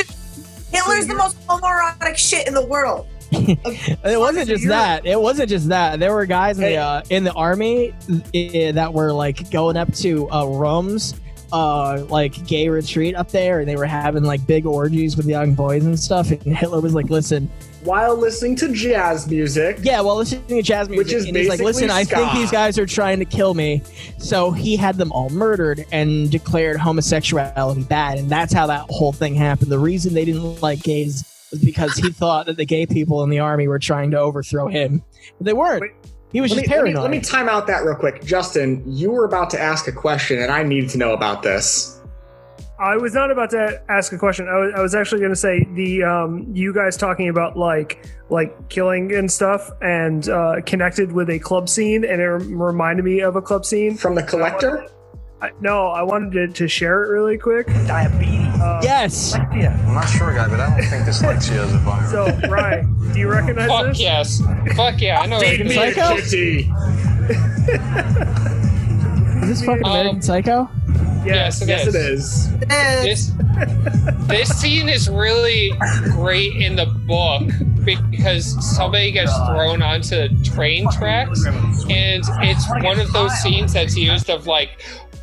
E: Hitler's the most homoerotic shit in the world?
F: it wasn't just
A: you're-
F: that. It wasn't just that. There were guys in
B: Hey.
F: the uh, in the army eh, that were like going up to uh, Rome's uh like gay retreat up there and they were having like big orgies with young boys and stuff and hitler was like listen
B: While listening to jazz music,
F: yeah well listening to jazz music
B: Which is
F: and he's like
B: basically
F: listen i think
B: ska."
F: these guys are trying to kill me so he had them all murdered and declared homosexuality bad and that's how that whole thing happened the reason they didn't like gays was because he [laughs] thought that the gay people in the army were trying to overthrow him but they weren't
A: Wait.
F: he was
B: let me,
F: just
B: let, me,
F: paranoid
B: let me time out that real quick. Justin, you were about to ask a question, and I needed to know about this.
A: I was not about to ask a question. I was, I was actually going to say the um, you guys talking about like like killing and stuff and uh, connected with a club scene, and it rem- reminded me of a club scene.
B: From the collector?
A: I, no, I wanted to, to share it really quick. Uh, Diabetes.
F: yes
J: I'm not sure, guy, but I don't think dyslexia is a virus.
A: So, Ryan, do you recognize
D: Fuck
A: this?
D: yes. Fuck yeah. I know.
B: Feed me a
F: Psycho?
B: kitty.
F: is this fucking
D: Um,
F: american psycho
D: Yes,
B: Yes, it is.
E: Eh,
D: This this scene is really great in the book because somebody gets thrown onto train tracks, and it's one of those scenes that's used of like,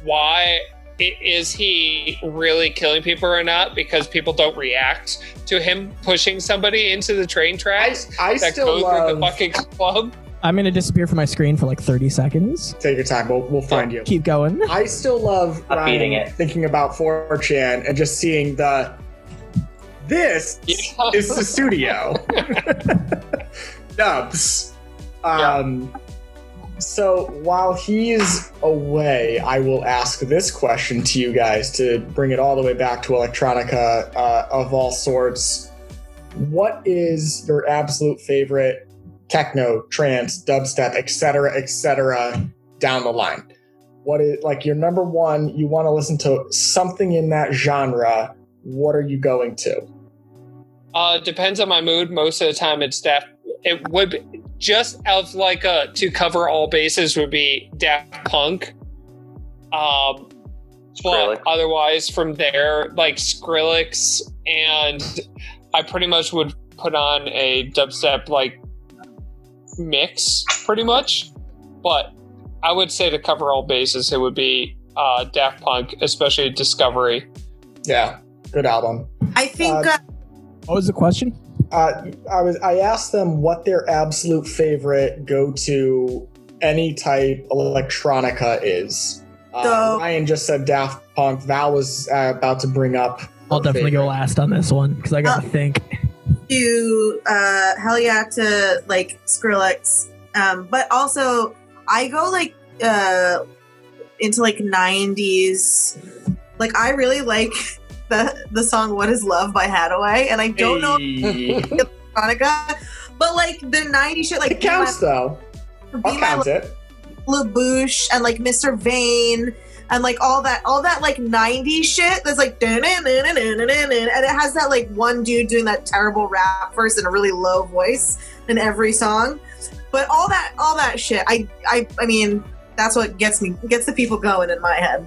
D: why i- is he really killing people or not? Because people don't react to him pushing somebody into the train
B: I,
D: tracks
B: I
D: that
B: still
D: go through
B: love.
D: the fucking club.
F: i'm gonna disappear from my screen for like 30 seconds
B: Take your time. We'll, we'll find you.
F: keep going
B: I still love
C: Not
B: Ryan
C: beating it.
B: thinking about 4chan and just seeing the. This
D: Yeah.
B: is the studio. Dubs. Um, So while he's away, I will ask this question to you guys to bring it all the way back to electronica uh, of all sorts. What is your absolute favorite techno, trance, dubstep, etc., etc. down the line? What is like your number one? You want to listen to something in that genre. What are you going to?
D: Uh, depends on my mood. Most of the time, it's Daft. It would be, just of like a to cover all bases would be Daft Punk. Um, but
C: Skrillex.
D: otherwise, from there, like Skrillex, and I pretty much would put on a dubstep like mix, pretty much. But I would say to cover all bases, it would be uh, Daft Punk, especially Discovery.
B: Yeah, good album.
E: I think
B: Uh,
E: uh,
F: what was the question
B: Uh, I was I asked them what their absolute favorite go to any type electronica is. Uh,
E: So-
B: Ryan just said Daft Punk. Val was uh, about to bring up.
F: I'll
B: her
F: definitely
B: favorite. Ah.
F: go last on this one because I gotta think.
E: to uh, hell yeah to like Skrillex, um, but also I go like uh, into like '90s. Like I really like [laughs] the the song "What Is Love" by Hadaway, and I don't know
B: Hey.
E: [laughs] Monica, but like the '90s shit,
B: it
E: like
B: counts though.
E: Be My,
B: I'll
E: Be My
B: count it.
E: LaBouche and like Mr. Vane and like all that all that like 90s shit that's like dun-dun-dun-dun-dun-dun-dun, and it has that like one dude doing that terrible rap verse in a really low voice in every song but all that all that shit i i i mean that's what gets me gets the people going in my head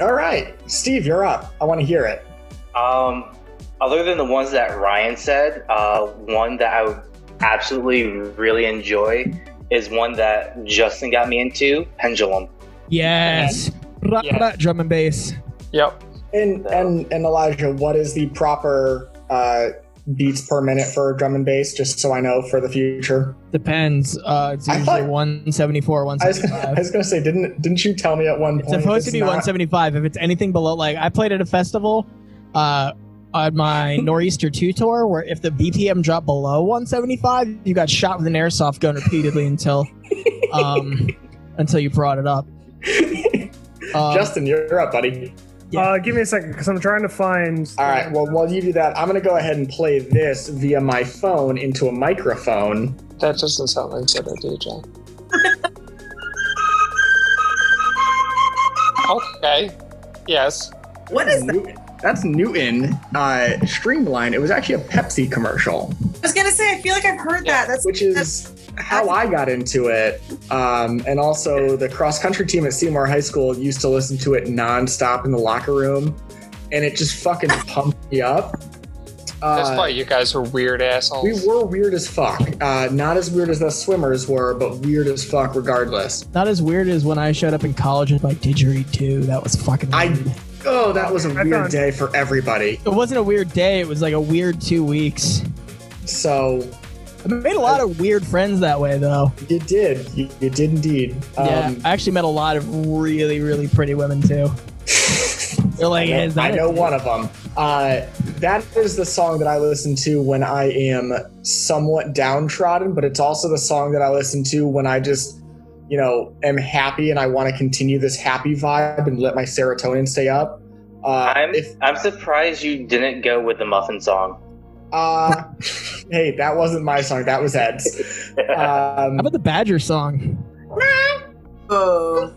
B: All right, Steve, you're up. I want to hear it.
C: Um, other than the ones that Ryan said, uh, one that I would absolutely really enjoy is one that Justin got me into, Pendulum.
F: Yes. Ra-
D: Yeah.
F: ra- drum and bass.
D: Yep.
B: And
C: No.
B: and and Elijah, what is the proper uh, beats per minute for drum and bass? Just so I know for the future.
F: Depends. Uh, it's
B: I
F: usually
B: thought-
F: 174,
B: I was, I
F: 175.
B: was gonna say, didn't didn't you tell me at one
F: [laughs] It's
B: point? [laughs]
F: supposed
B: it's
F: to be
B: not-
F: 175. If it's anything below, like I played at a festival, uh,
B: [laughs]
F: on my Nor'easter 2 tour where if the BPM dropped below 175, you got shot with an airsoft gun
B: [laughs]
F: repeatedly until um, until you brought it up. Um,
B: Justin, you're up, buddy.
A: Uh, give me a second because I'm trying to find.
B: All right. Well, while you do that, I'm going to go ahead and play this via my phone into a microphone.
D: That doesn't sound like a good idea, John. okay. Yes.
E: What is that?
B: That's Newton uh, Streamline. It was actually a Pepsi commercial,
E: I was gonna say, I feel like I've heard that. That's
B: which is how I got into it. Um, and also, the cross country team at Seymour High School used to listen to it nonstop in the locker room, and it just fucking pumped me up.
D: That's
B: Uh,
D: why you guys are weird assholes.
B: we were weird as fuck. Uh, not as weird as the swimmers were, but weird as fuck regardless.
F: Not as weird as when I showed up in college with my didgeridoo. That was fucking.
B: I-
F: weird.
B: Oh, that was a
A: I
B: weird
A: found-
B: day for everybody.
F: It wasn't a weird day. It was like a weird two weeks.
B: So
F: I made a lot of weird friends that way, though.
B: you did. You, you did indeed. Um,
F: yeah, I actually met a lot of really, really pretty women too. They're
B: [laughs]
F: like,
B: I know-
F: is that
B: I
F: it?"
B: know one of them. Uh, that is the song that I listen to when I am somewhat downtrodden, but it's also the song that I listen to when I just, you know, am happy and I want to continue this happy vibe and let my serotonin stay up. Uh,
C: I'm
B: if,
C: I'm surprised you didn't go with the muffin song. [laughs]
B: uh, hey, that wasn't my song. That was Ed's. Um,
F: How about the Badger song?
E: Oh,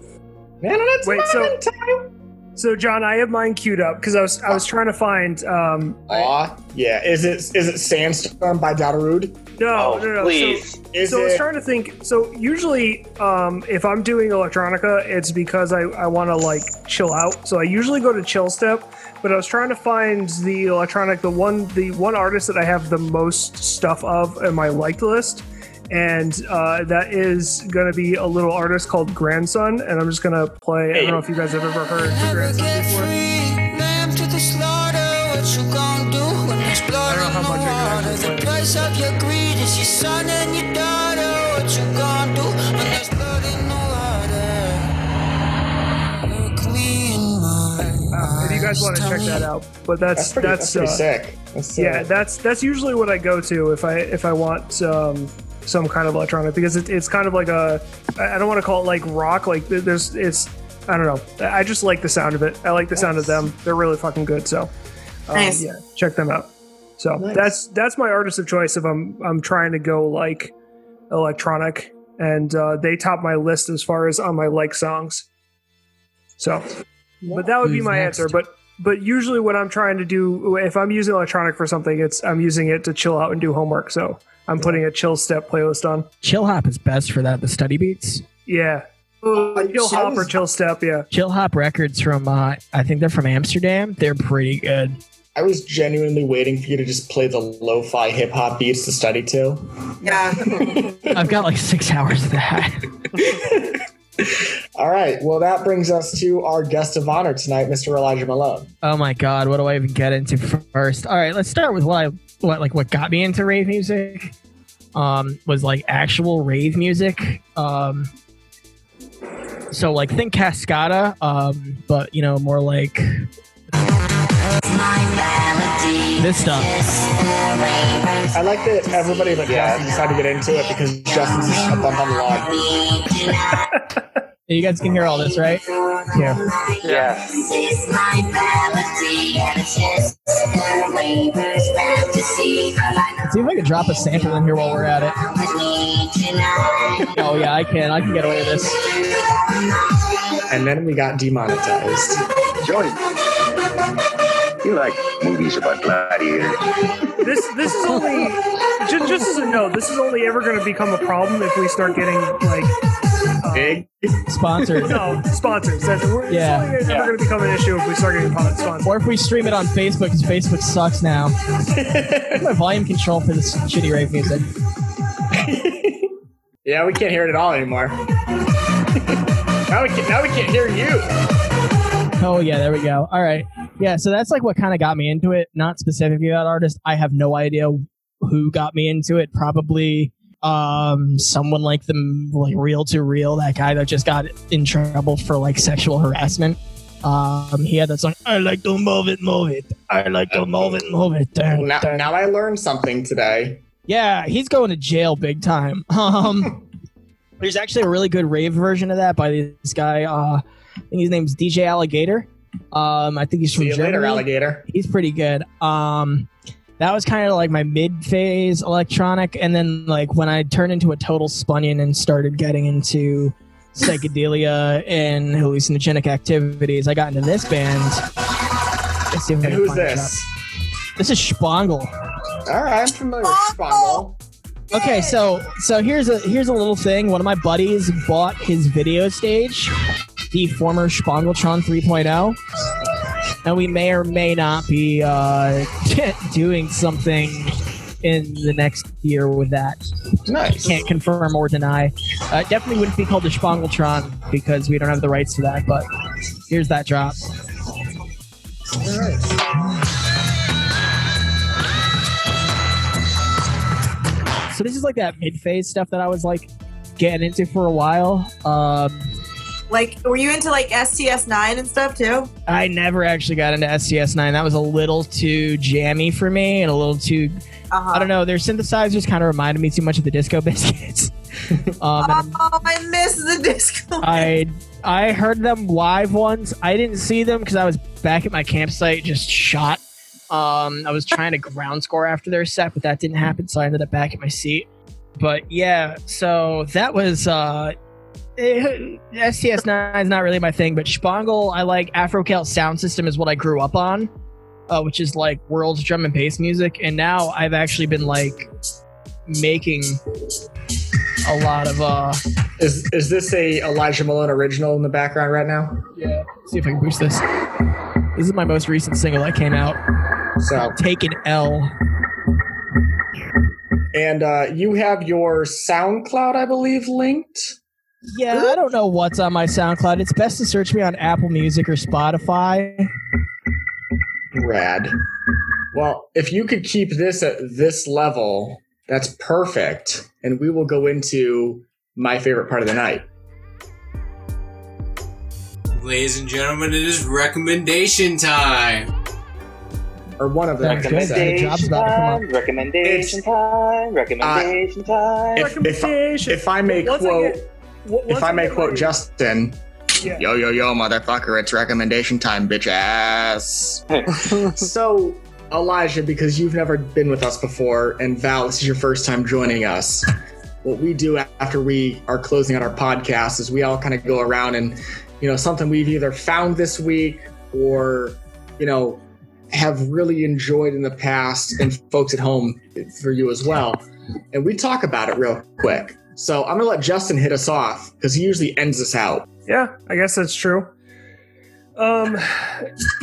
B: man, that's
A: Wait, so-
B: mine.
A: So, John, I have mine queued up because I was I was trying to find. Um,
B: Aw, yeah. Is it is it Sandstorm by Darude?
A: no,
C: oh,
A: no, no. So,
C: please.
B: Is
A: so I was
B: it
A: trying to think. So usually, um, if I'm doing electronica, it's because I, I want to like chill out. So I usually go to chill step. But I was trying to find the electronic, the one the one artist that I have the most stuff of in my liked list, and uh, that is going to be a little artist called Grandson. And I'm just going to play. I don't know if you guys have ever heard of Grandson before. I don't know how much I can actually play. Uh, if you guys want to check that out, but that's
B: that's pretty,
A: that's,
B: that's, pretty
A: uh,
B: sick. That's, uh,
A: yeah, that's that's usually what I go to if I if I want um, some kind of electronic because it, it's kind of like a I I don't want to call it like rock like th- there's it's I don't know I I just like the sound of it I like the sound of them they're really fucking good so um,
E: Nice.
A: yeah check them out so
B: Nice.
A: that's that's my artist of choice if I'm I'm trying to go like electronic and uh, they top my list as far as on my like songs so but that would be
F: Who's
A: my
F: next?
A: answer but but usually what i'm trying to do if i'm using electronic for something it's i'm using it to chill out and do homework so i'm putting a chill step playlist on
F: Chill Hop is best for that. The study beats.
A: yeah
B: Uh,
A: chill
B: so I
A: hop or
B: was-
A: chill step yeah
F: Chill Hop records from uh, I think they're from Amsterdam. They're
B: [laughs]
F: pretty good.
B: I was genuinely waiting for you to just play the lo-fi hip hop beats to study to. [laughs]
E: yeah.
F: I've got like six hours of that.
B: All right. Well, that brings us to our guest of honor tonight, Mr. Elijah Malone.
F: Oh my god, what do I even get into first? All right, let's start with what I what like what got me into rave music. Um, was like actual rave music. Um, so like think Cascada, um, but you know more like this stuff.
B: I like that everybody but Justin decided to get into it because Justin's just up on the log.
F: You guys can hear all this, right? Yeah.
C: Yeah.
F: Let's see if I can drop a sample in here while we're at it. Oh yeah, I can. I can get away with this.
B: And then we got demonetized.
H: Joey, you like movies about gladiators.
A: this this is only just, just as a note this is only ever going to become a problem if we start getting like uh,
B: Big.
F: Sponsored.
A: no sponsors that's we're,
F: Yeah.
A: yeah. it's
D: Yeah.
A: going to become an issue if we start getting pod- sponsors
F: Or if we stream it on Facebook, because Facebook sucks now. My volume control for this shitty rave music.
B: [laughs] Yeah, we can't hear it at all anymore. [laughs] now we can. Now we can't hear you.
F: Oh yeah, there we go. All right, yeah. So that's like what kind of got me into it. Not specifically that artist. I have no idea who got me into it. Probably um someone like the like real to real that guy that just got in trouble for like sexual harassment Um, he had that song. I like to move it, move it. I like to move it, move it. Dun,
B: Now,
F: dun.
B: now I learned something today.
F: Yeah, he's going to jail big time. [laughs] Um, there's actually a really good rave version of that by this guy. Uh, I think his name's DJ Alligator. Um, I think he's from
B: See you later,
F: Germany.
B: alligator.
F: he's pretty good. Um, that was kind of like my mid phase electronic, and then like when I turned into a total spunion and started getting into psychedelia and hallucinogenic activities, I got into this band. Let's see if I
B: And
F: can
B: who's
F: find it
B: this?
F: out. This is Spongle.
B: All right, I'm familiar with Spongle.
F: Okay, so so here's a here's a little thing. One of my buddies bought his video stage, the former Spongeltron 3.0, oh, and we may or may not be uh, [laughs] doing something in the next year with that.
B: Nice.
F: Can't confirm or deny. Uh, it definitely wouldn't be called the Spongeltron because we don't have the rights to that. But here's that drop. so this is like that mid phase stuff that I was like getting into for a while. Um,
E: Like, were you into like STS nine and stuff too?
F: I never actually got into SCS9. That was a little too jammy for me and a little too.
E: Uh huh.
F: I don't know. Their synthesizers kind of reminded me too much of the Disco [laughs] Biscuits. um, and
E: Oh, I miss the disco.
F: I I heard them live once. I didn't see them because I was back at my campsite, just shot. Um, I was trying to ground score after their set, but that didn't happen, so I ended up back at my seat. But yeah, so that was uh, eh, STS9 is not really my thing, but Spongle, I like Afrokelt sound system is what I grew up on, uh, which is like world's drum and bass music, and now I've actually been like making a lot of uh.
B: Is is this a Elijah Malone original in the background right now?
F: Yeah. See if I can boost this. This is my most recent single that came out.
B: So,
F: Take an L.
B: and uh, you have your SoundCloud, I believe, linked.
F: Yeah, I don't know what's on my SoundCloud. It's best to search me on Apple Music or Spotify.
B: Rad. Well, if you could keep this at this level, that's perfect. And we will go into my favorite part of the night.
K: Ladies and gentlemen, it is recommendation time.
B: Or one of them. I should say.
F: The job's about to come up.
C: Recommendation time, recommendation time, [laughs] recommendation time.
B: If, if,
A: Recommendation.
B: if I may
A: Once I
B: quote,
A: get- w- once
B: if I may
A: get
B: quote
A: my-
B: Justin,
A: Yeah.
B: yo yo yo, motherfucker, it's recommendation time, bitch ass. [laughs] so Elijah, because you've never been with us before, and Val, this is your first time joining us. What we do after we are closing out our podcast is we all kind of go around and, you know, something we've either found this week or, you know, have really enjoyed in the past, and folks at home for you as well. And we talk about it real quick. So I'm gonna let Justin hit us off because he usually ends us out.
A: Yeah, I guess that's true. Um,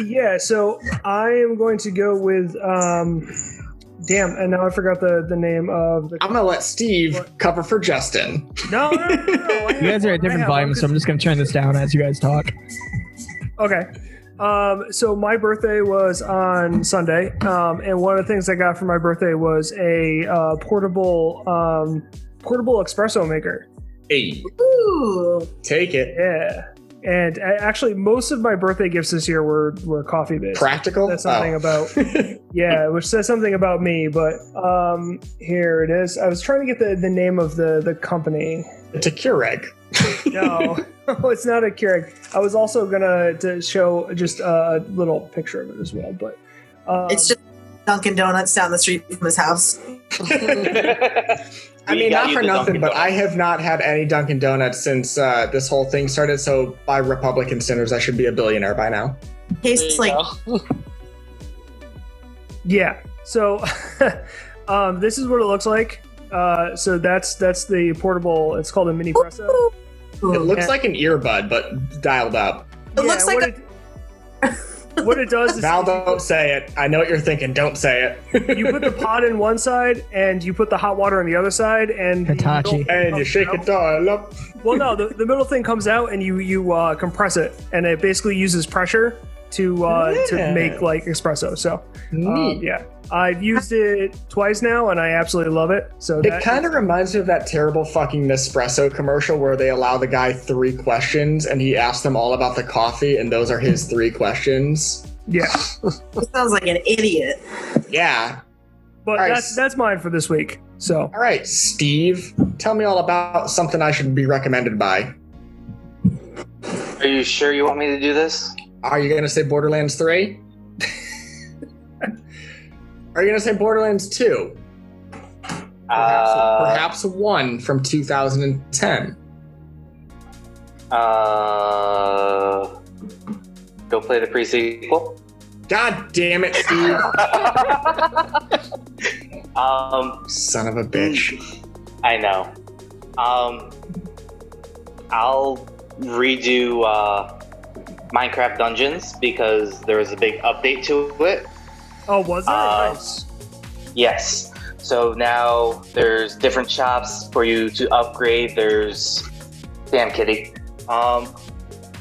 A: yeah. So I am going to go with um, damn, and now I forgot the the name of the.
B: I'm gonna let Steve cover for Justin.
A: No, no, no,
F: [laughs]
A: no, no, I
F: You
A: have
F: guys
A: one,
F: are
A: I
F: at different
A: have one,
F: volumes, so I'm just going to turn this down as you guys talk.
A: Okay. Um, so my birthday was on Sunday, um, and one of the things I got for my birthday was a uh, portable um, portable espresso maker.
B: Hey,
E: Ooh.
B: take it.
A: Yeah, and I, actually, most of my birthday gifts this year were were coffee based.
B: Practical.
A: That's something
B: Oh. [laughs]
A: about yeah, which says something about me. But um, here it is. I was trying to get the, the name of the the company.
B: it's a Keurig.
A: No, [laughs] it's not a Keurig. I was also gonna to show just a little picture of it as well, but um,
E: It's just Dunkin' Donuts down the street from his house.
B: I
C: We
B: mean,
C: got
B: not
C: you
B: for nothing,
C: the Dunkin'
B: but I
C: Donuts.
B: have not had any Dunkin' Donuts since uh, this whole thing started. So, by Republican standards, I should be a billionaire by now.
E: Tastes like
A: Yeah. So [laughs] um, this is what it looks like. Uh, so that's that's the portable. It's called a mini presso.
B: It
E: Ooh.
B: looks
A: Yeah.
B: like an earbud, but dialed up.
E: It looks like
A: what it, what it does is
B: Val, don't say it. I know what you're thinking. Don't say it.
A: you put
B: [laughs]
A: the pot in one side and you put the hot water on the other side and the
F: Hitachi.
A: middle thing
B: and you
A: comes
B: shake
A: out.
B: it all up.
A: Well, no, the, the middle thing comes out and you you uh, compress it and it basically uses pressure to uh,
B: Yeah.
A: to make like espresso. So um,
B: Neat.
A: yeah, I've used it twice now, and I absolutely love it. So
B: It kind of reminds me of that terrible fucking Nespresso commercial where they allow the guy three questions and he asks them all about the coffee, and those are his three questions.
A: yeah,
E: It sounds like an idiot.
B: Yeah.
A: but
B: Alright.
A: that's that's mine for this week. So
B: All right, Steve, tell me all about something I should be recommended by.
C: Are you sure you want me to do this?
B: Are you going to say Borderlands 3? [laughs] Are you going to say Borderlands 2? Perhaps,
C: Uh,
B: perhaps 1 from 2010.
C: Uh, go play the pre sequel.
B: God damn it, Steve.
C: [laughs] Um,
B: Son of a bitch.
C: I know. Um, I'll redo uh, Minecraft Dungeons because there was a big update to it.
A: oh, was it?
C: Uh,
A: nice.
C: Yes. So now there's different shops for you to upgrade. There's damn kitty. Um,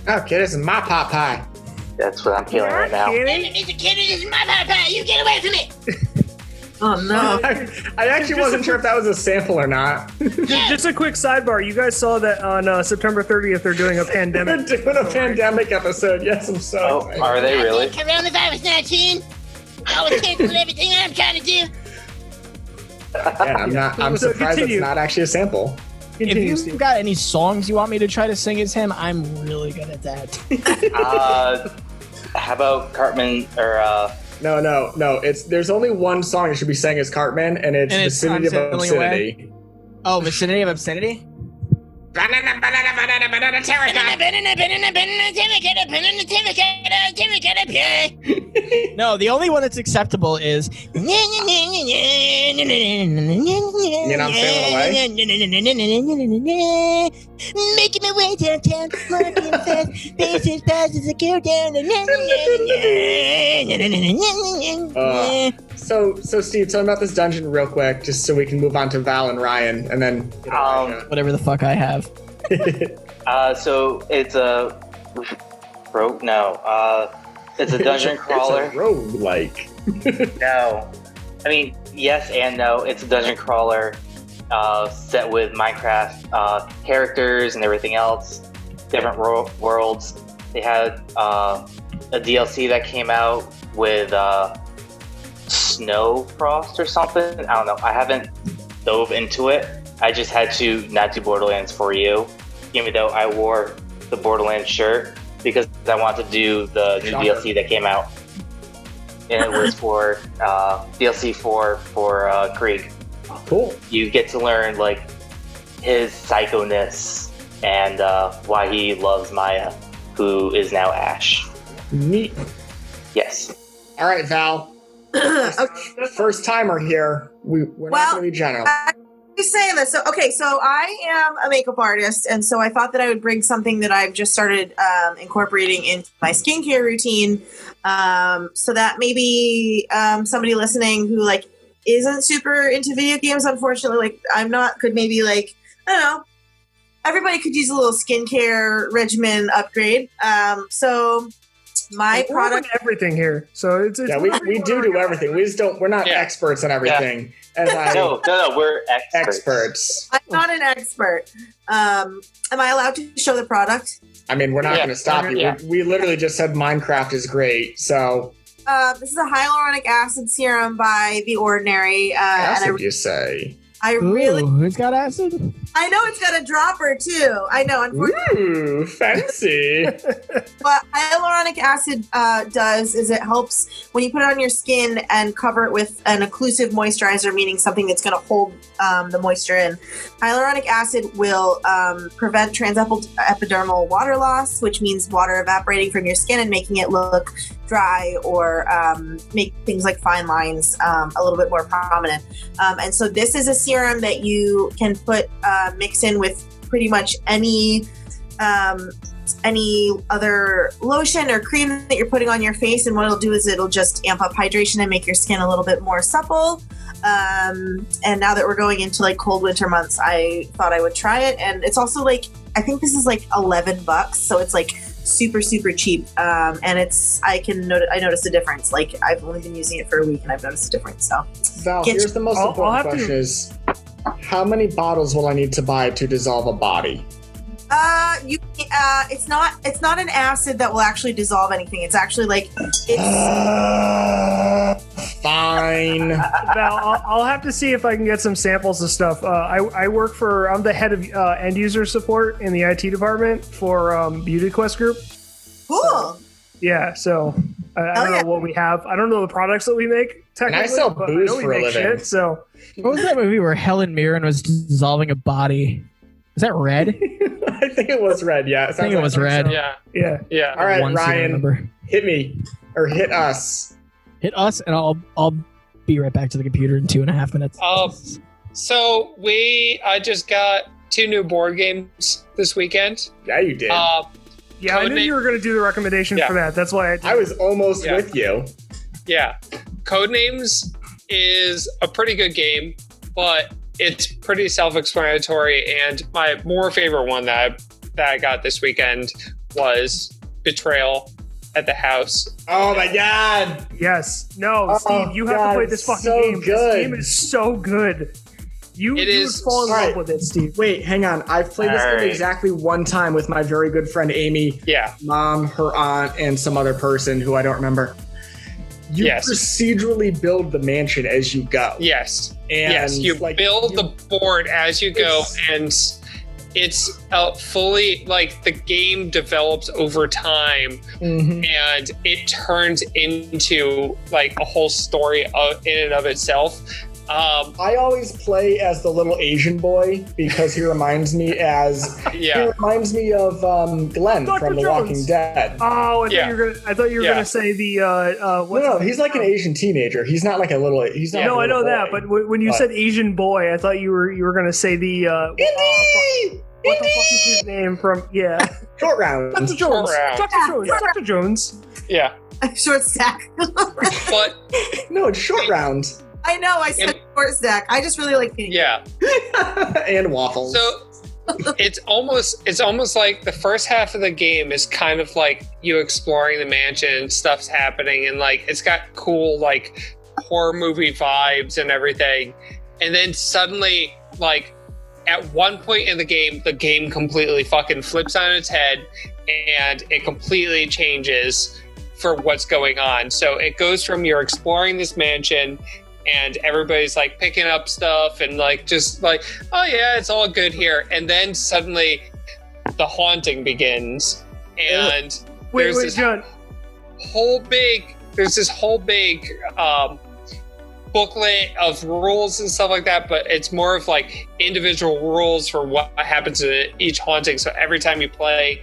B: Okay, this is my pot pie.
C: that's what I'm feeling right now.
G: It's a kid, it is my papa. You get away from it.
E: Oh no. [clears throat]
B: I, I actually wasn't sure if that was a sample or not.
A: Just, just a quick sidebar. You guys saw that on uh, September 30th, they're
B: [laughs]
A: doing a
B: They're
A: pandemic.
B: doing a pandemic episode. Yes, I'm so
C: Oh,
B: excited.
C: are they really?
G: Coronavirus 19. I was canceling everything I'm trying to do.
B: Yeah, I'm not. I'm
A: So
B: surprised
A: continue.
B: it's not actually a sample.
F: If
A: Continue,
F: you've
A: Steve.
F: got any songs you want me to try to sing as him, I'm really good at that.
C: uh, how about Cartman or uh,
B: No, no, no. It's there's only one song that should be sang as Cartman, and it's
F: And it's
B: vicinity
F: I'm
B: of
F: Sailing
B: obscenity.
F: [laughs] oh, vicinity of obscenity?
G: Banana, banana, banana, banana, terracotta. Banana, banana, banana, terracotta. Banana, terracotta, terracotta, pie.
F: No, the only one that's acceptable is [laughs]
B: You know, I'm sailing away.
G: Making my way downtown, walking fast, faces fast as I go down.
B: Uh, so, so Steve, tell me about this dungeon real quick, just so we can move on to Val and Ryan, and then. get out
C: Um,
B: of
F: whatever the fuck I have.
B: here.
C: uh, so it's a rope? No, uh, [laughs] it's a dungeon crawler.
B: It's a roguelike.
C: No, I mean yes and no. It's a dungeon crawler uh, set with Minecraft uh, characters and everything else, different ro- worlds. They had uh, a DLC that came out with uh, Snow Frost or something. I don't know. I haven't dove into it. I just had to not do Borderlands for you, even though I wore the Borderlands shirt because I wanted to do the new
B: Shocker.
C: DLC that came out. And it was for uh, DLC four for uh, Krieg
B: Cool.
C: you get to learn like his psychoness and uh, why he loves Maya, who is now Ash.
B: Neat.
C: Yes.
B: All right, Val.
E: okay.
B: First timer here. We, we're
E: Well,
B: not going to be general.
E: You're saying this. So okay, so I am a makeup artist, and so I thought that I would bring something that I've just started um, incorporating into my skincare routine, um, so that maybe um, somebody listening who like isn't super into video games, unfortunately, like I'm not, could maybe like I don't know. Everybody could use a little skincare regimen upgrade. Um, so my
A: We're
E: product
A: doing everything here. So it's, it's
B: yeah, we, we do do everything. We just don't. We're not
C: Yeah.
B: experts on everything. As I
C: No, no, no. We're experts.
B: experts.
E: I'm not an expert. Um, am I allowed to show the product?
B: I mean, we're not
C: Yeah,
B: going to stop you.
C: yeah.
B: We, we literally just said Minecraft is great. So
E: Uh, this is a hyaluronic acid serum by The Ordinary, uh,
B: acid,
E: and
B: you say?
E: I, I
F: Really?
E: really,
F: who's got acid?
E: I know it's got a dropper too. I know, unfortunately,
B: Ooh, fancy.
E: what hyaluronic acid uh, does is it helps when you put it on your skin and cover it with an occlusive moisturizer, meaning something that's going to hold um, the moisture in. Hyaluronic acid will um, prevent transepidermal water loss, which means water evaporating from your skin and making it look dry or um, make things like fine lines um, a little bit more prominent. Um, and so, this is a serum that you can put uh, mix in with pretty much any. Um, any other lotion or cream that you're putting on your face, and what it'll do is it'll just amp up hydration and make your skin a little bit more supple. Um, and now that we're going into like cold winter months, I thought I would try it, and it's also like I think this is like eleven bucks, so it's like super super cheap, um, and it's I can not- I noticed a difference. Like I've only been using it for a week, and I've noticed a difference. So
B: Val,
E: Get-
B: here's the most
E: I'll- I'll
B: important
E: have to-
B: question: is how many bottles will I need to buy to dissolve a body?
E: Uh, you. Uh, it's not. It's not an acid that will actually dissolve anything. It's actually like it's.
B: [sighs] Fine.
E: [laughs]
A: Val, I'll, I'll have to see if I can get some samples of stuff. Uh, I, I work for, I'm the head of uh, end user support in the IT department for um, Beauty Quest Group.
E: Cool.
A: Yeah, so I,
B: Oh,
A: I don't know what we have. I don't know the products that we make. Technically,
B: sell
A: but
B: booze
A: know we
B: for a
A: make
B: living.
A: Shit, so
F: What was that movie where Helen Mirren was dissolving a body? Is that red?
B: I think it was red. Yeah,
F: I think it was red.
D: Yeah.
A: Yeah.
D: Yeah.
B: All right,
F: One scene I
B: Ryan,
F: remember.
B: hit me or hit us.
F: Hit us, and I'll I'll be right back to the computer in two and a half minutes.
B: Oh,
D: Um, so we, I just got two new board games this weekend.
B: Yeah, you did.
D: Uh,
A: yeah, I knew
D: Codename-
A: you were going to do the recommendation
D: Yeah.
A: for that. That's why I,
B: I was almost
D: Yeah.
B: with you.
D: yeah, Codenames is a pretty good game, but it's pretty self-explanatory. And my more favorite one that I, that I got this weekend was Betrayal at the House.
B: Oh my god!
A: Yes. No,
B: Oh,
A: Steve, you have
B: God,
A: to play this
B: it's
A: fucking
B: so
A: game.
B: good.
A: This game is so good. You,
D: It
A: you
D: is
A: would fall in
B: so-
A: love with it, Steve.
B: Wait, hang on. I've played this game
C: Alright.
B: exactly one time with my very good friend Amy,
D: Yeah,
B: mom, her aunt, and some other person who I don't remember. You
D: Yes.
B: procedurally build the mansion as you go.
D: yes.
B: And
D: yes, you
B: like,
D: build
B: you-
D: the board as you go,
B: It's-
D: and it's uh, fully like the game develops over time,
B: Mhm.
D: and it turns into like a whole story of, in and of itself. Um,
B: I always play as the little Asian boy because he reminds me as he
D: yeah,
B: reminds me of um, Glenn
A: Dr.
B: from The
A: Jones.
B: Walking Dead.
A: Oh, I thought
D: Yeah.
A: you were gonna. I thought you were
D: Yeah.
A: gonna say the. Uh, uh,
B: No,
A: what's
B: no, he's like an Asian teenager. He's not like a little. He's not.
A: no, I
B: like a
A: know
B: little
A: that.
B: boy.
A: But w- when you
B: But-
A: said Asian boy, I thought you were you were gonna say the. Uh, Indy! what the fuck is his name from?
D: [laughs]
A: Yeah,
B: short round.
A: Doctor Jones.
D: round.
A: Doctor Jones. Doctor Jones.
D: yeah,
E: [laughs] short stack.
D: but
B: No, it's short round
E: I know. I said
D: And-
E: short stack. I just really like being.
D: yeah.
B: [laughs] and waffles.
D: So it's almost it's almost like the first half of the game is kind of like you exploring the mansion, stuff's happening, and like it's got cool like horror movie vibes and everything. And then suddenly, like at one point in the game, the game completely fucking flips on its head and it completely changes for what's going on. So it goes from you're exploring this mansion and everybody's like picking up stuff and like just like oh yeah, it's all good here. And then suddenly the haunting begins. And
A: Wait,
D: There's
A: wait,
D: this-
A: John.
D: whole big there's this whole big um booklet of rules and stuff like that, but it's more of like individual rules for what happens in each haunting. So every time you play,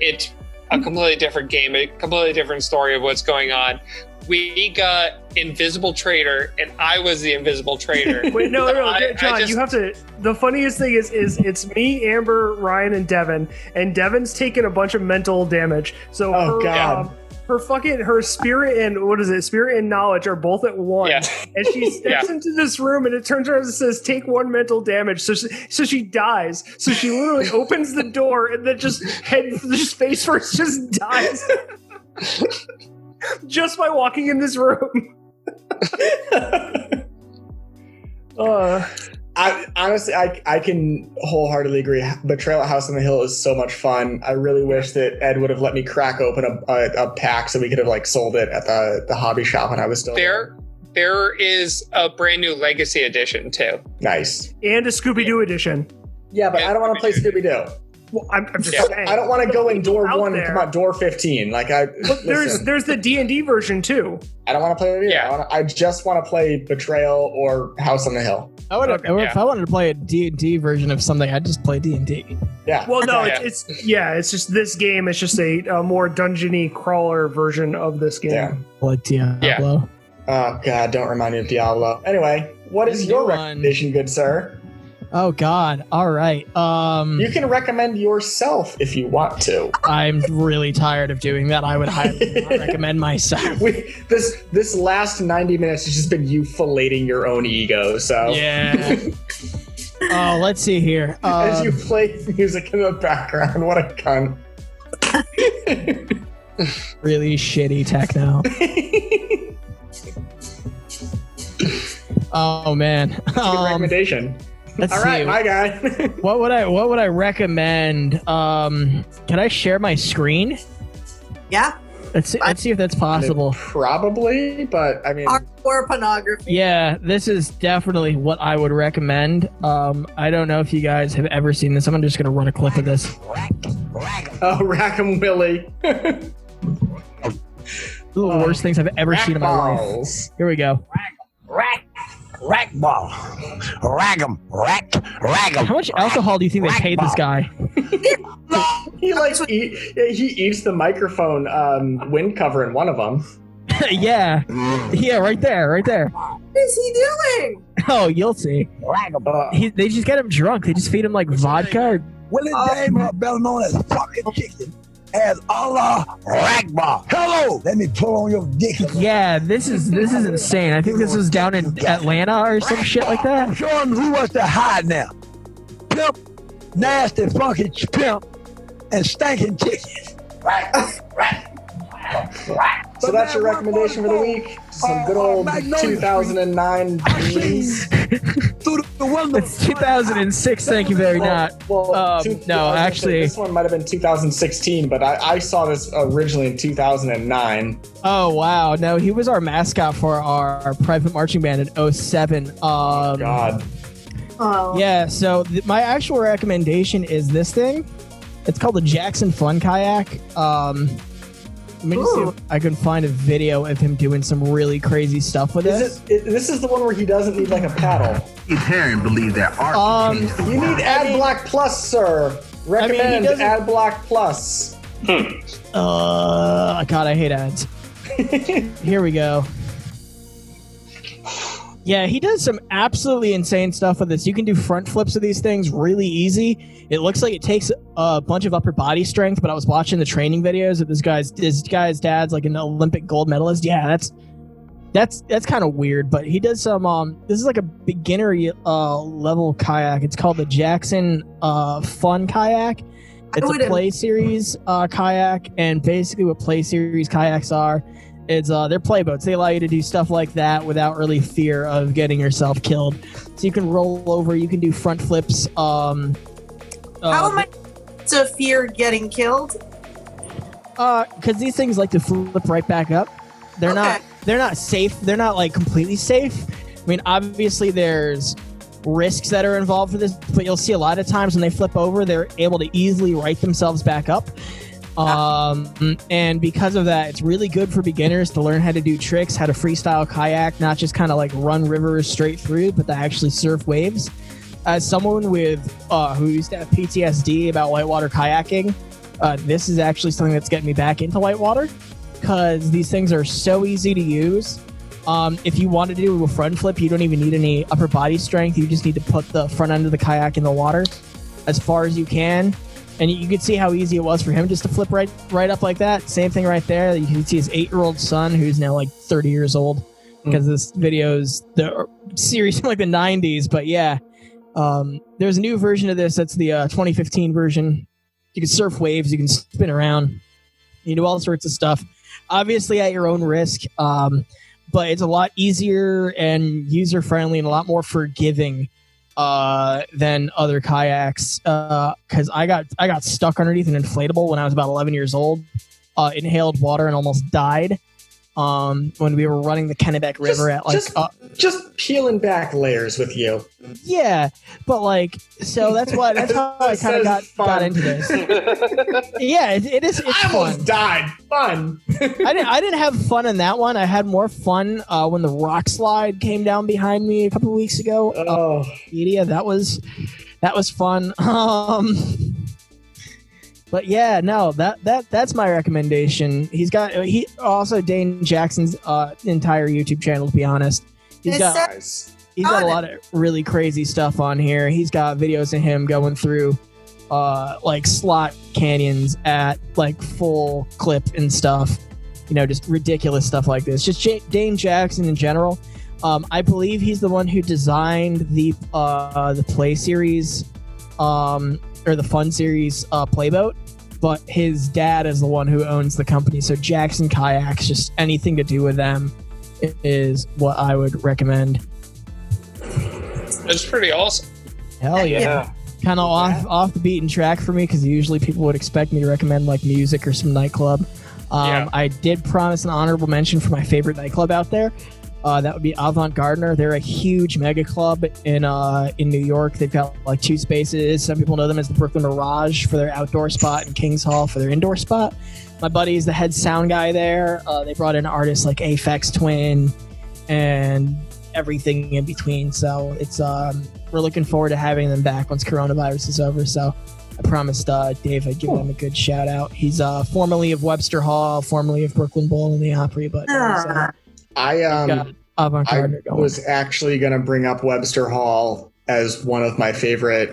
D: it's a completely different game, a completely different story of what's going on. We got Invisible Trader, and I was the Invisible Trader.
A: Wait,
D: [laughs]
A: no, no,
D: I- I
A: John,
D: just-
A: you have to. The funniest thing is, is it's me, Amber, Ryan, and Devin, and Devin's taken a bunch of mental damage. So,
B: Oh,
A: her,
B: God.
A: um, her fucking her spirit and what is it? Spirit and knowledge are both at one,
D: Yeah.
A: and
B: [laughs]
A: she steps into this room, and it turns around and says, "Take one mental damage." So, she, so she dies. So she
B: [laughs]
A: literally opens the door, and then just head just face first just dies.
B: [laughs]
A: Just by walking in this
B: [laughs]
A: room. Uh,
B: I honestly, I, I can wholeheartedly agree. Betrayal at House on the Hill is so much fun. I really wish that Ed would have let me crack open a, a, a pack so we could have like sold it at the, the hobby shop when I was still
D: there there is a brand new legacy edition too.
B: Nice.
A: and a Scooby Doo edition.
B: Yeah, but
D: Yeah,
B: I don't want to play Scooby
D: Scooby-Doo.
B: Doo.
A: Well, I'm, I'm just
D: Yeah.
A: saying.
B: I don't want to go in door
A: Out
B: one
A: there.
B: and come out door fifteen. Like I,
A: But there's
B: listen,
A: there's the D and D version too.
B: I don't want to play it. Either.
D: Yeah.
B: I, wanna, I just want to play Betrayal or House on the Hill.
F: I would
A: Okay,
F: I would- if
D: yeah.
F: I wanted to play a D and D version of something, I'd just play D and D.
B: Yeah.
A: Well, no,
D: Yeah.
A: it's, it's yeah, it's just this game. It's just a, a more dungeony crawler version of this game.
B: Yeah.
F: Like Diablo.
B: Oh God, don't remind me of Diablo. Anyway, what is
F: New
B: your
F: one.
B: recommendation, good sir?
F: Oh God! All right. Um,
B: You can recommend yourself if you want to.
F: I'm really tired of doing that. I would highly not
B: [laughs]
F: recommend myself.
B: We, this this last ninety minutes has just been you filleting your own ego. So
F: Yeah. oh, let's see here.
B: as you
F: Um,
B: [laughs] play music in the background, what a gun!
F: really
B: [laughs]
F: shitty techno. oh man.
B: Good
F: Um,
B: recommendation.
F: let's
B: All right,
F: see.
B: my guy.
F: what would I what would I recommend? Um can I share my screen?
E: Yeah.
F: Let's see, let's see if that's possible.
B: [laughs] Probably, but I mean,
E: Art or pornography.
F: Yeah, this is definitely what I would recommend. Um I don't know if you guys have ever seen this. I'm just going to run a clip of this.
B: oh, Rackham Willie.
F: This is the worst things I've ever seen in my life.
B: Balls.
F: Here we go.
G: Rack, rack ball. Rag 'em, rack, rag 'em.
F: How much alcohol do you think they paid this guy?
B: He likes eat, he eats the microphone um, wind cover in one of them.
F: [laughs] yeah. Yeah, right there, right there.
E: What is he doing?
F: Oh, you'll see.
G: Rag 'em.
B: Uh,
F: He, they just get him drunk. They just feed him like vodka. Or,
G: Willie Dame, or better known as fucking chicken, as Allah Ragbar. Hello! Let me pull on your dick.
F: yeah, this is this is insane. I think this was down in Atlanta or some shit like that.
G: Show him who wants to hide now. Pimp, nasty, funky pimp, and stinking chicken.
B: So that's your recommendation for the week. Some good
F: Oh,
B: old
G: Uh,
F: [laughs]
G: Magnolia
B: 2009 movies.
G: Through the window.
F: It's 2006. Thank you very much.
B: Well,
F: Um,
B: two-
F: no,
B: I was gonna say,
F: actually-
B: this one might have been 2016, but I, I saw this originally in 2009.
F: Oh wow, no, he was our mascot for our private marching band in 07. Um,
B: God,
E: Oh.
F: Yeah, so th- my actual recommendation is this thing. It's called the Jackson Fun Kayak. Um, let me just see if I can find a video of him doing some really crazy stuff with it.
B: is it, it- this is the one where he doesn't need like a
F: [laughs]
B: paddle.
J: Parent believe that art
F: Um,
B: You need Ad Block Plus, sir.
F: mean, he
B: Recommend
F: doesn't-
B: Ad Block Plus.
F: Uh, God, I hate ads. Here we go. Yeah, he does some absolutely insane stuff with this. You can do front flips of these things really easy. It looks like it takes a bunch of upper body strength, but I was watching the training videos of this guy's this guy's dad's like an Olympic gold medalist. Yeah, that's that's that's kind of weird, but he does some um this is like a beginner uh level kayak. It's called the Jackson uh Fun Kayak. It's a
E: would've-
F: play series uh, kayak, and basically what play series kayaks are is uh, they're playboats. They allow you to do stuff like that without really fear of getting yourself killed. So you can roll over, you can do front flips. Um, uh,
E: How am I to fear getting killed?
F: because Uh, these things like to flip right back up. They're
E: Okay.
F: not they're not safe. They're not like completely safe. I mean, obviously there's risks that are involved for this, but you'll see a lot of times when they flip over, they're able to easily right themselves back up. Um, and because of that, it's really good for beginners to learn how to do tricks, how to freestyle kayak, not just kind of like run rivers straight through, but to actually surf waves. As someone with uh, who used to have PTSD about whitewater kayaking, uh, this is actually something that's getting me back into whitewater because these things are so easy to use. Um, if you wanted to do a front flip, you don't even need any upper body strength. You just need to put the front end of the kayak in the water as far as you can. And you could see how easy it was for him just to flip right right up like that. Same thing right there. You can see his eight year old son, who's now like 30 years old, because this video is the series from like the 90s. But yeah, um, there's a new version of this. That's the uh, 2015 version. You can surf waves, you can spin around, you do all sorts of stuff. Obviously, at your own risk, um, but it's a lot easier and user friendly and a lot more forgiving uh, than other kayaks. Because I got I got stuck underneath an inflatable when I was about 11 years old, uh, inhaled water and almost died. Um, when we were running the Kennebec River at like
B: just-
F: uh,
B: Just peeling back layers with you.
F: yeah, but like, so that's why
B: [laughs]
F: that's how I
B: This
F: kind of
B: is
F: got, got
B: fun.
F: into this.
C: [laughs]
F: yeah, it, it is. It's
B: I
F: fun.
B: almost died. Fun.
F: I didn't. I didn't have fun in that one. I had more fun uh, when the rock slide came down behind me a couple weeks ago. Uh,
B: Oh,
F: media that was that was fun. [laughs] Um, but yeah, no, that that that's my recommendation. He's got he also Dane Jackson's uh, entire YouTube channel. To be honest, he's
E: Is
F: got
E: that-
B: guys.
F: He's got a
E: Got it.
F: lot of really crazy stuff on here. He's got videos of him going through uh like slot canyons at like full clip and stuff. You know, just ridiculous stuff like this. Just J- Dane Jackson in general. Um, I believe he's the one who designed the uh the play series um or the fun series uh playboat. but his dad is the one who owns the company. So Jackson Kayaks, just anything to do with them, is what I would recommend.
D: It's pretty awesome.
F: Hell yeah.
D: Yeah.
F: Kind of off off the beaten track for me because usually people would expect me to recommend like music or some nightclub. Um,
D: Yeah.
F: I did promise an honorable mention for my favorite nightclub out there. Uh, that would be Avant Gardner. They're a huge mega club in uh, in New York. They've got like two spaces. Some people know them as the Brooklyn Mirage for their outdoor spot and Kings Hall for their indoor spot. My buddy is the head sound guy there. Uh, they brought in artists like Aphex Twin and everything in between. So it's um, we're looking forward to having them back once coronavirus is over. So I promised uh, Dave I'd give him a good shout out. He's uh, formerly of Webster Hall, formerly of Brooklyn Bowl and the Opry, but now he's, uh,
B: I
F: got
B: um
F: avant
B: I
F: garde going.
B: was actually going to bring up Webster Hall as one of my favorite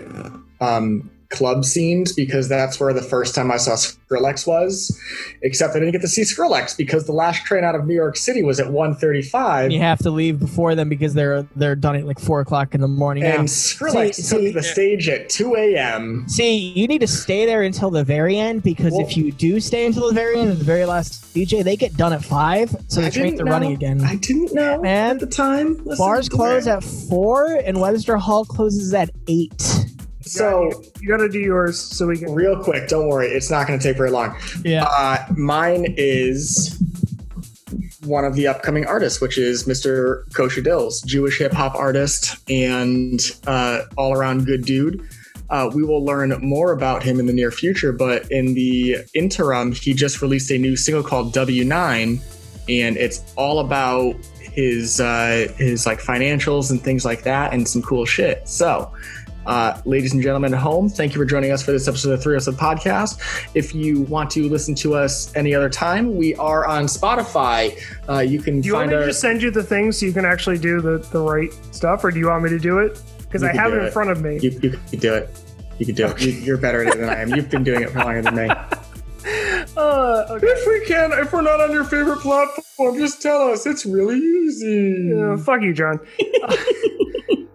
B: um club scenes because that's where the first time I saw Skrillex was. Except I didn't get to see Skrillex because the last train out of New York City was at 1:35.
F: And you have to leave before them because they're they're done at like four o'clock in the morning. now.
B: And Skrillex
F: See-
B: took
F: see-
B: the stage at 2 a.m.
F: See, you need to stay there until the very end because if you do stay until the very end, at the very last DJ, they get done at five, so
B: I
F: the trains are
B: didn't
F: running
B: know.
F: again.
B: I didn't know
F: Man,
B: at the time. Listen,
F: Bars close at four, and Webster Hall closes at eight.
B: So
A: you got to do yours so we can.
B: Real quick, don't worry. It's not going to take very long.
F: Yeah.
B: Uh, mine is one of the upcoming artists, which is Mr. Kosha Dills, Jewish hip hop artist and uh, all around good dude. Uh, we will learn more about him in the near future, but in the interim, he just released a new single called W9, and it's all about his uh, his like financials and things like that, and some cool shit. So. Uh, ladies and gentlemen at home, thank you for joining us for this episode of the 307 Podcast. If you want to listen to us any other time, we are on Spotify. Uh, you can
A: Do you want
B: find
A: me to
B: our.
A: just send you the thing so you can actually do the, the right stuff, or do you want me to do it? Because
B: You
A: I
B: can
A: have
B: do
A: it in front of me.
B: You, you can do it. You can do it. You, you're better at it than I am. You've been doing it for longer than me.
A: Uh, okay.
B: If we can, if we're not on your [laughs] favorite platform, just tell us. It's really easy.
A: Yeah, fuck you, John.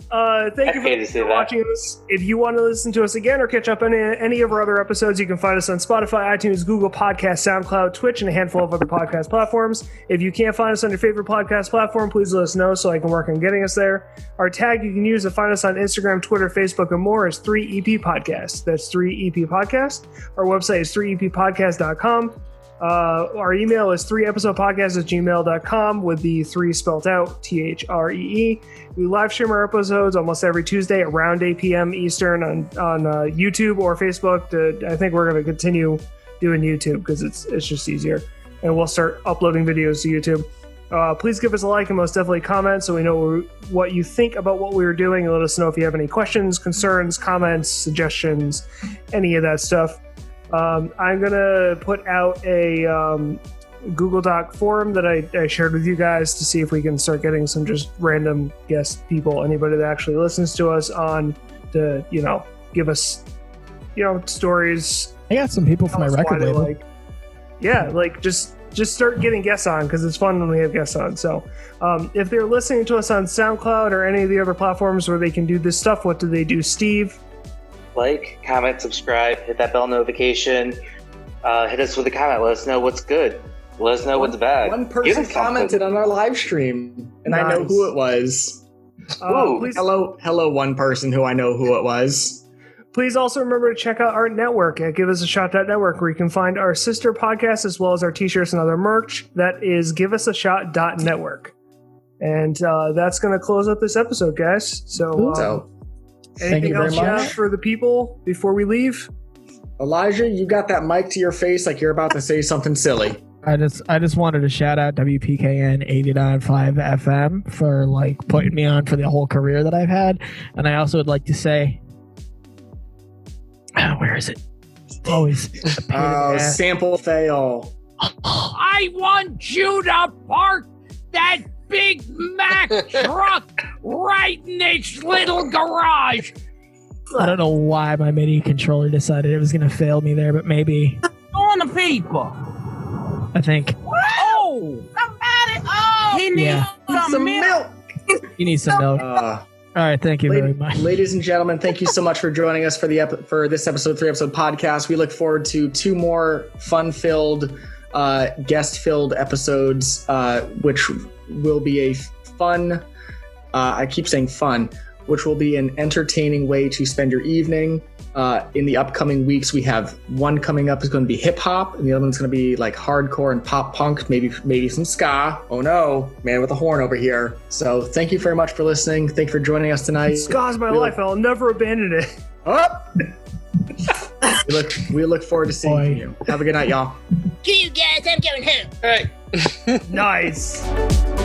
A: uh, thank you
C: I hated to
A: for,
C: see
A: for
C: that.
A: watching us. If you want to listen to us again or catch up on any, any of our other episodes, you can find us on Spotify, iTunes, Google Podcasts, SoundCloud, Twitch, and a handful of other podcast platforms. If you can't find us on your favorite podcast platform, please let us know so I can work on getting us there. Our tag you can use to find us on Instagram, Twitter, Facebook, and more is 3EP Podcast. That's 3EP Podcast. Our website is E 3eppodcast.com. Uh, our email is 3episodepodcast at gmail.com with the three spelt out T H R E E. We live stream our episodes almost every Tuesday around 8 p.m. Eastern on, on uh, YouTube or Facebook. To, I think we're going to continue doing YouTube because it's, it's just easier. And we'll start uploading videos to YouTube. Uh, please give us a like and most definitely comment so we know what you think about what we were doing and let us know if you have any questions, concerns, comments, suggestions, any of that stuff. Um, I'm gonna put out a um, Google Doc form that I, I shared with you guys to see if we can start getting some just random guest people, anybody that actually listens to us on to you know give us you know stories.
F: I got some people from my
A: tell us why
F: record
A: they
F: label.
A: Like, yeah, like just just start getting guests on because it's fun when we have guests on. So um, if they're listening to us on SoundCloud or any of the other platforms where they can do this stuff, what do they do, Steve?
C: Like, comment, subscribe, hit that bell notification. Uh, hit us with a comment. Let us know what's good. Let us know what's bad.
B: One
C: Give
B: person
C: us something.
B: commented on our live stream, and I know
A: Nice.
B: who it was.
A: Uh,
C: Ooh,
A: please
B: Hello, hello, one person who I know who it was.
A: Please also remember to check out our network at giveusashot.network where you can find our sister podcast as well as our t-shirts and other merch. That is giveusashot.network. And uh, that's going to close up this episode, guys. So, uh,
B: So,
A: anything
F: you very
A: else you have
B: much.
A: for the people before we leave?
B: Elijah, you got that mic to your face like you're about to say something
F: [laughs]
B: silly.
F: I just I just wanted to shout out WPKN 89.5 FM for like putting me on for the whole career that I've had, and I also would like to say, [sighs] Ah, where is it? It's Always. a pain in the
B: Oh,
F: ass.
B: sample fail.
G: Oh. I want you to park that Big Mac truck right in its little garage.
F: I don't know why my MIDI controller decided it was gonna fail me there, but maybe
G: On the people.
F: I think
G: Oh! Somebody! Oh! He needs
F: Yeah.
G: some milk.
B: milk.
F: you need some milk.
B: Uh,
F: All right, thank you very
B: Ladies,
F: much.
B: ladies and gentlemen, thank you so much for joining us for the ep- for this episode three episode podcast. We look forward to two more fun filled, uh, guest filled episodes, uh, which will be a fun. Uh, I keep saying fun, which will be an entertaining way to spend your evening. Uh, in the upcoming weeks, we have one coming up is going to be hip hop, and the other one's going to be like hardcore and pop punk, maybe maybe some ska. Oh no, man with a horn over here! So thank you very much for listening. Thank you for joining us tonight.
A: Scar's my
B: Really-
A: life. I'll never abandon it. [laughs]
B: Up. [laughs] we look we look forward to seeing you. Have a good night, y'all.
G: See you guys. I'm going home.
D: All right.
A: Nice.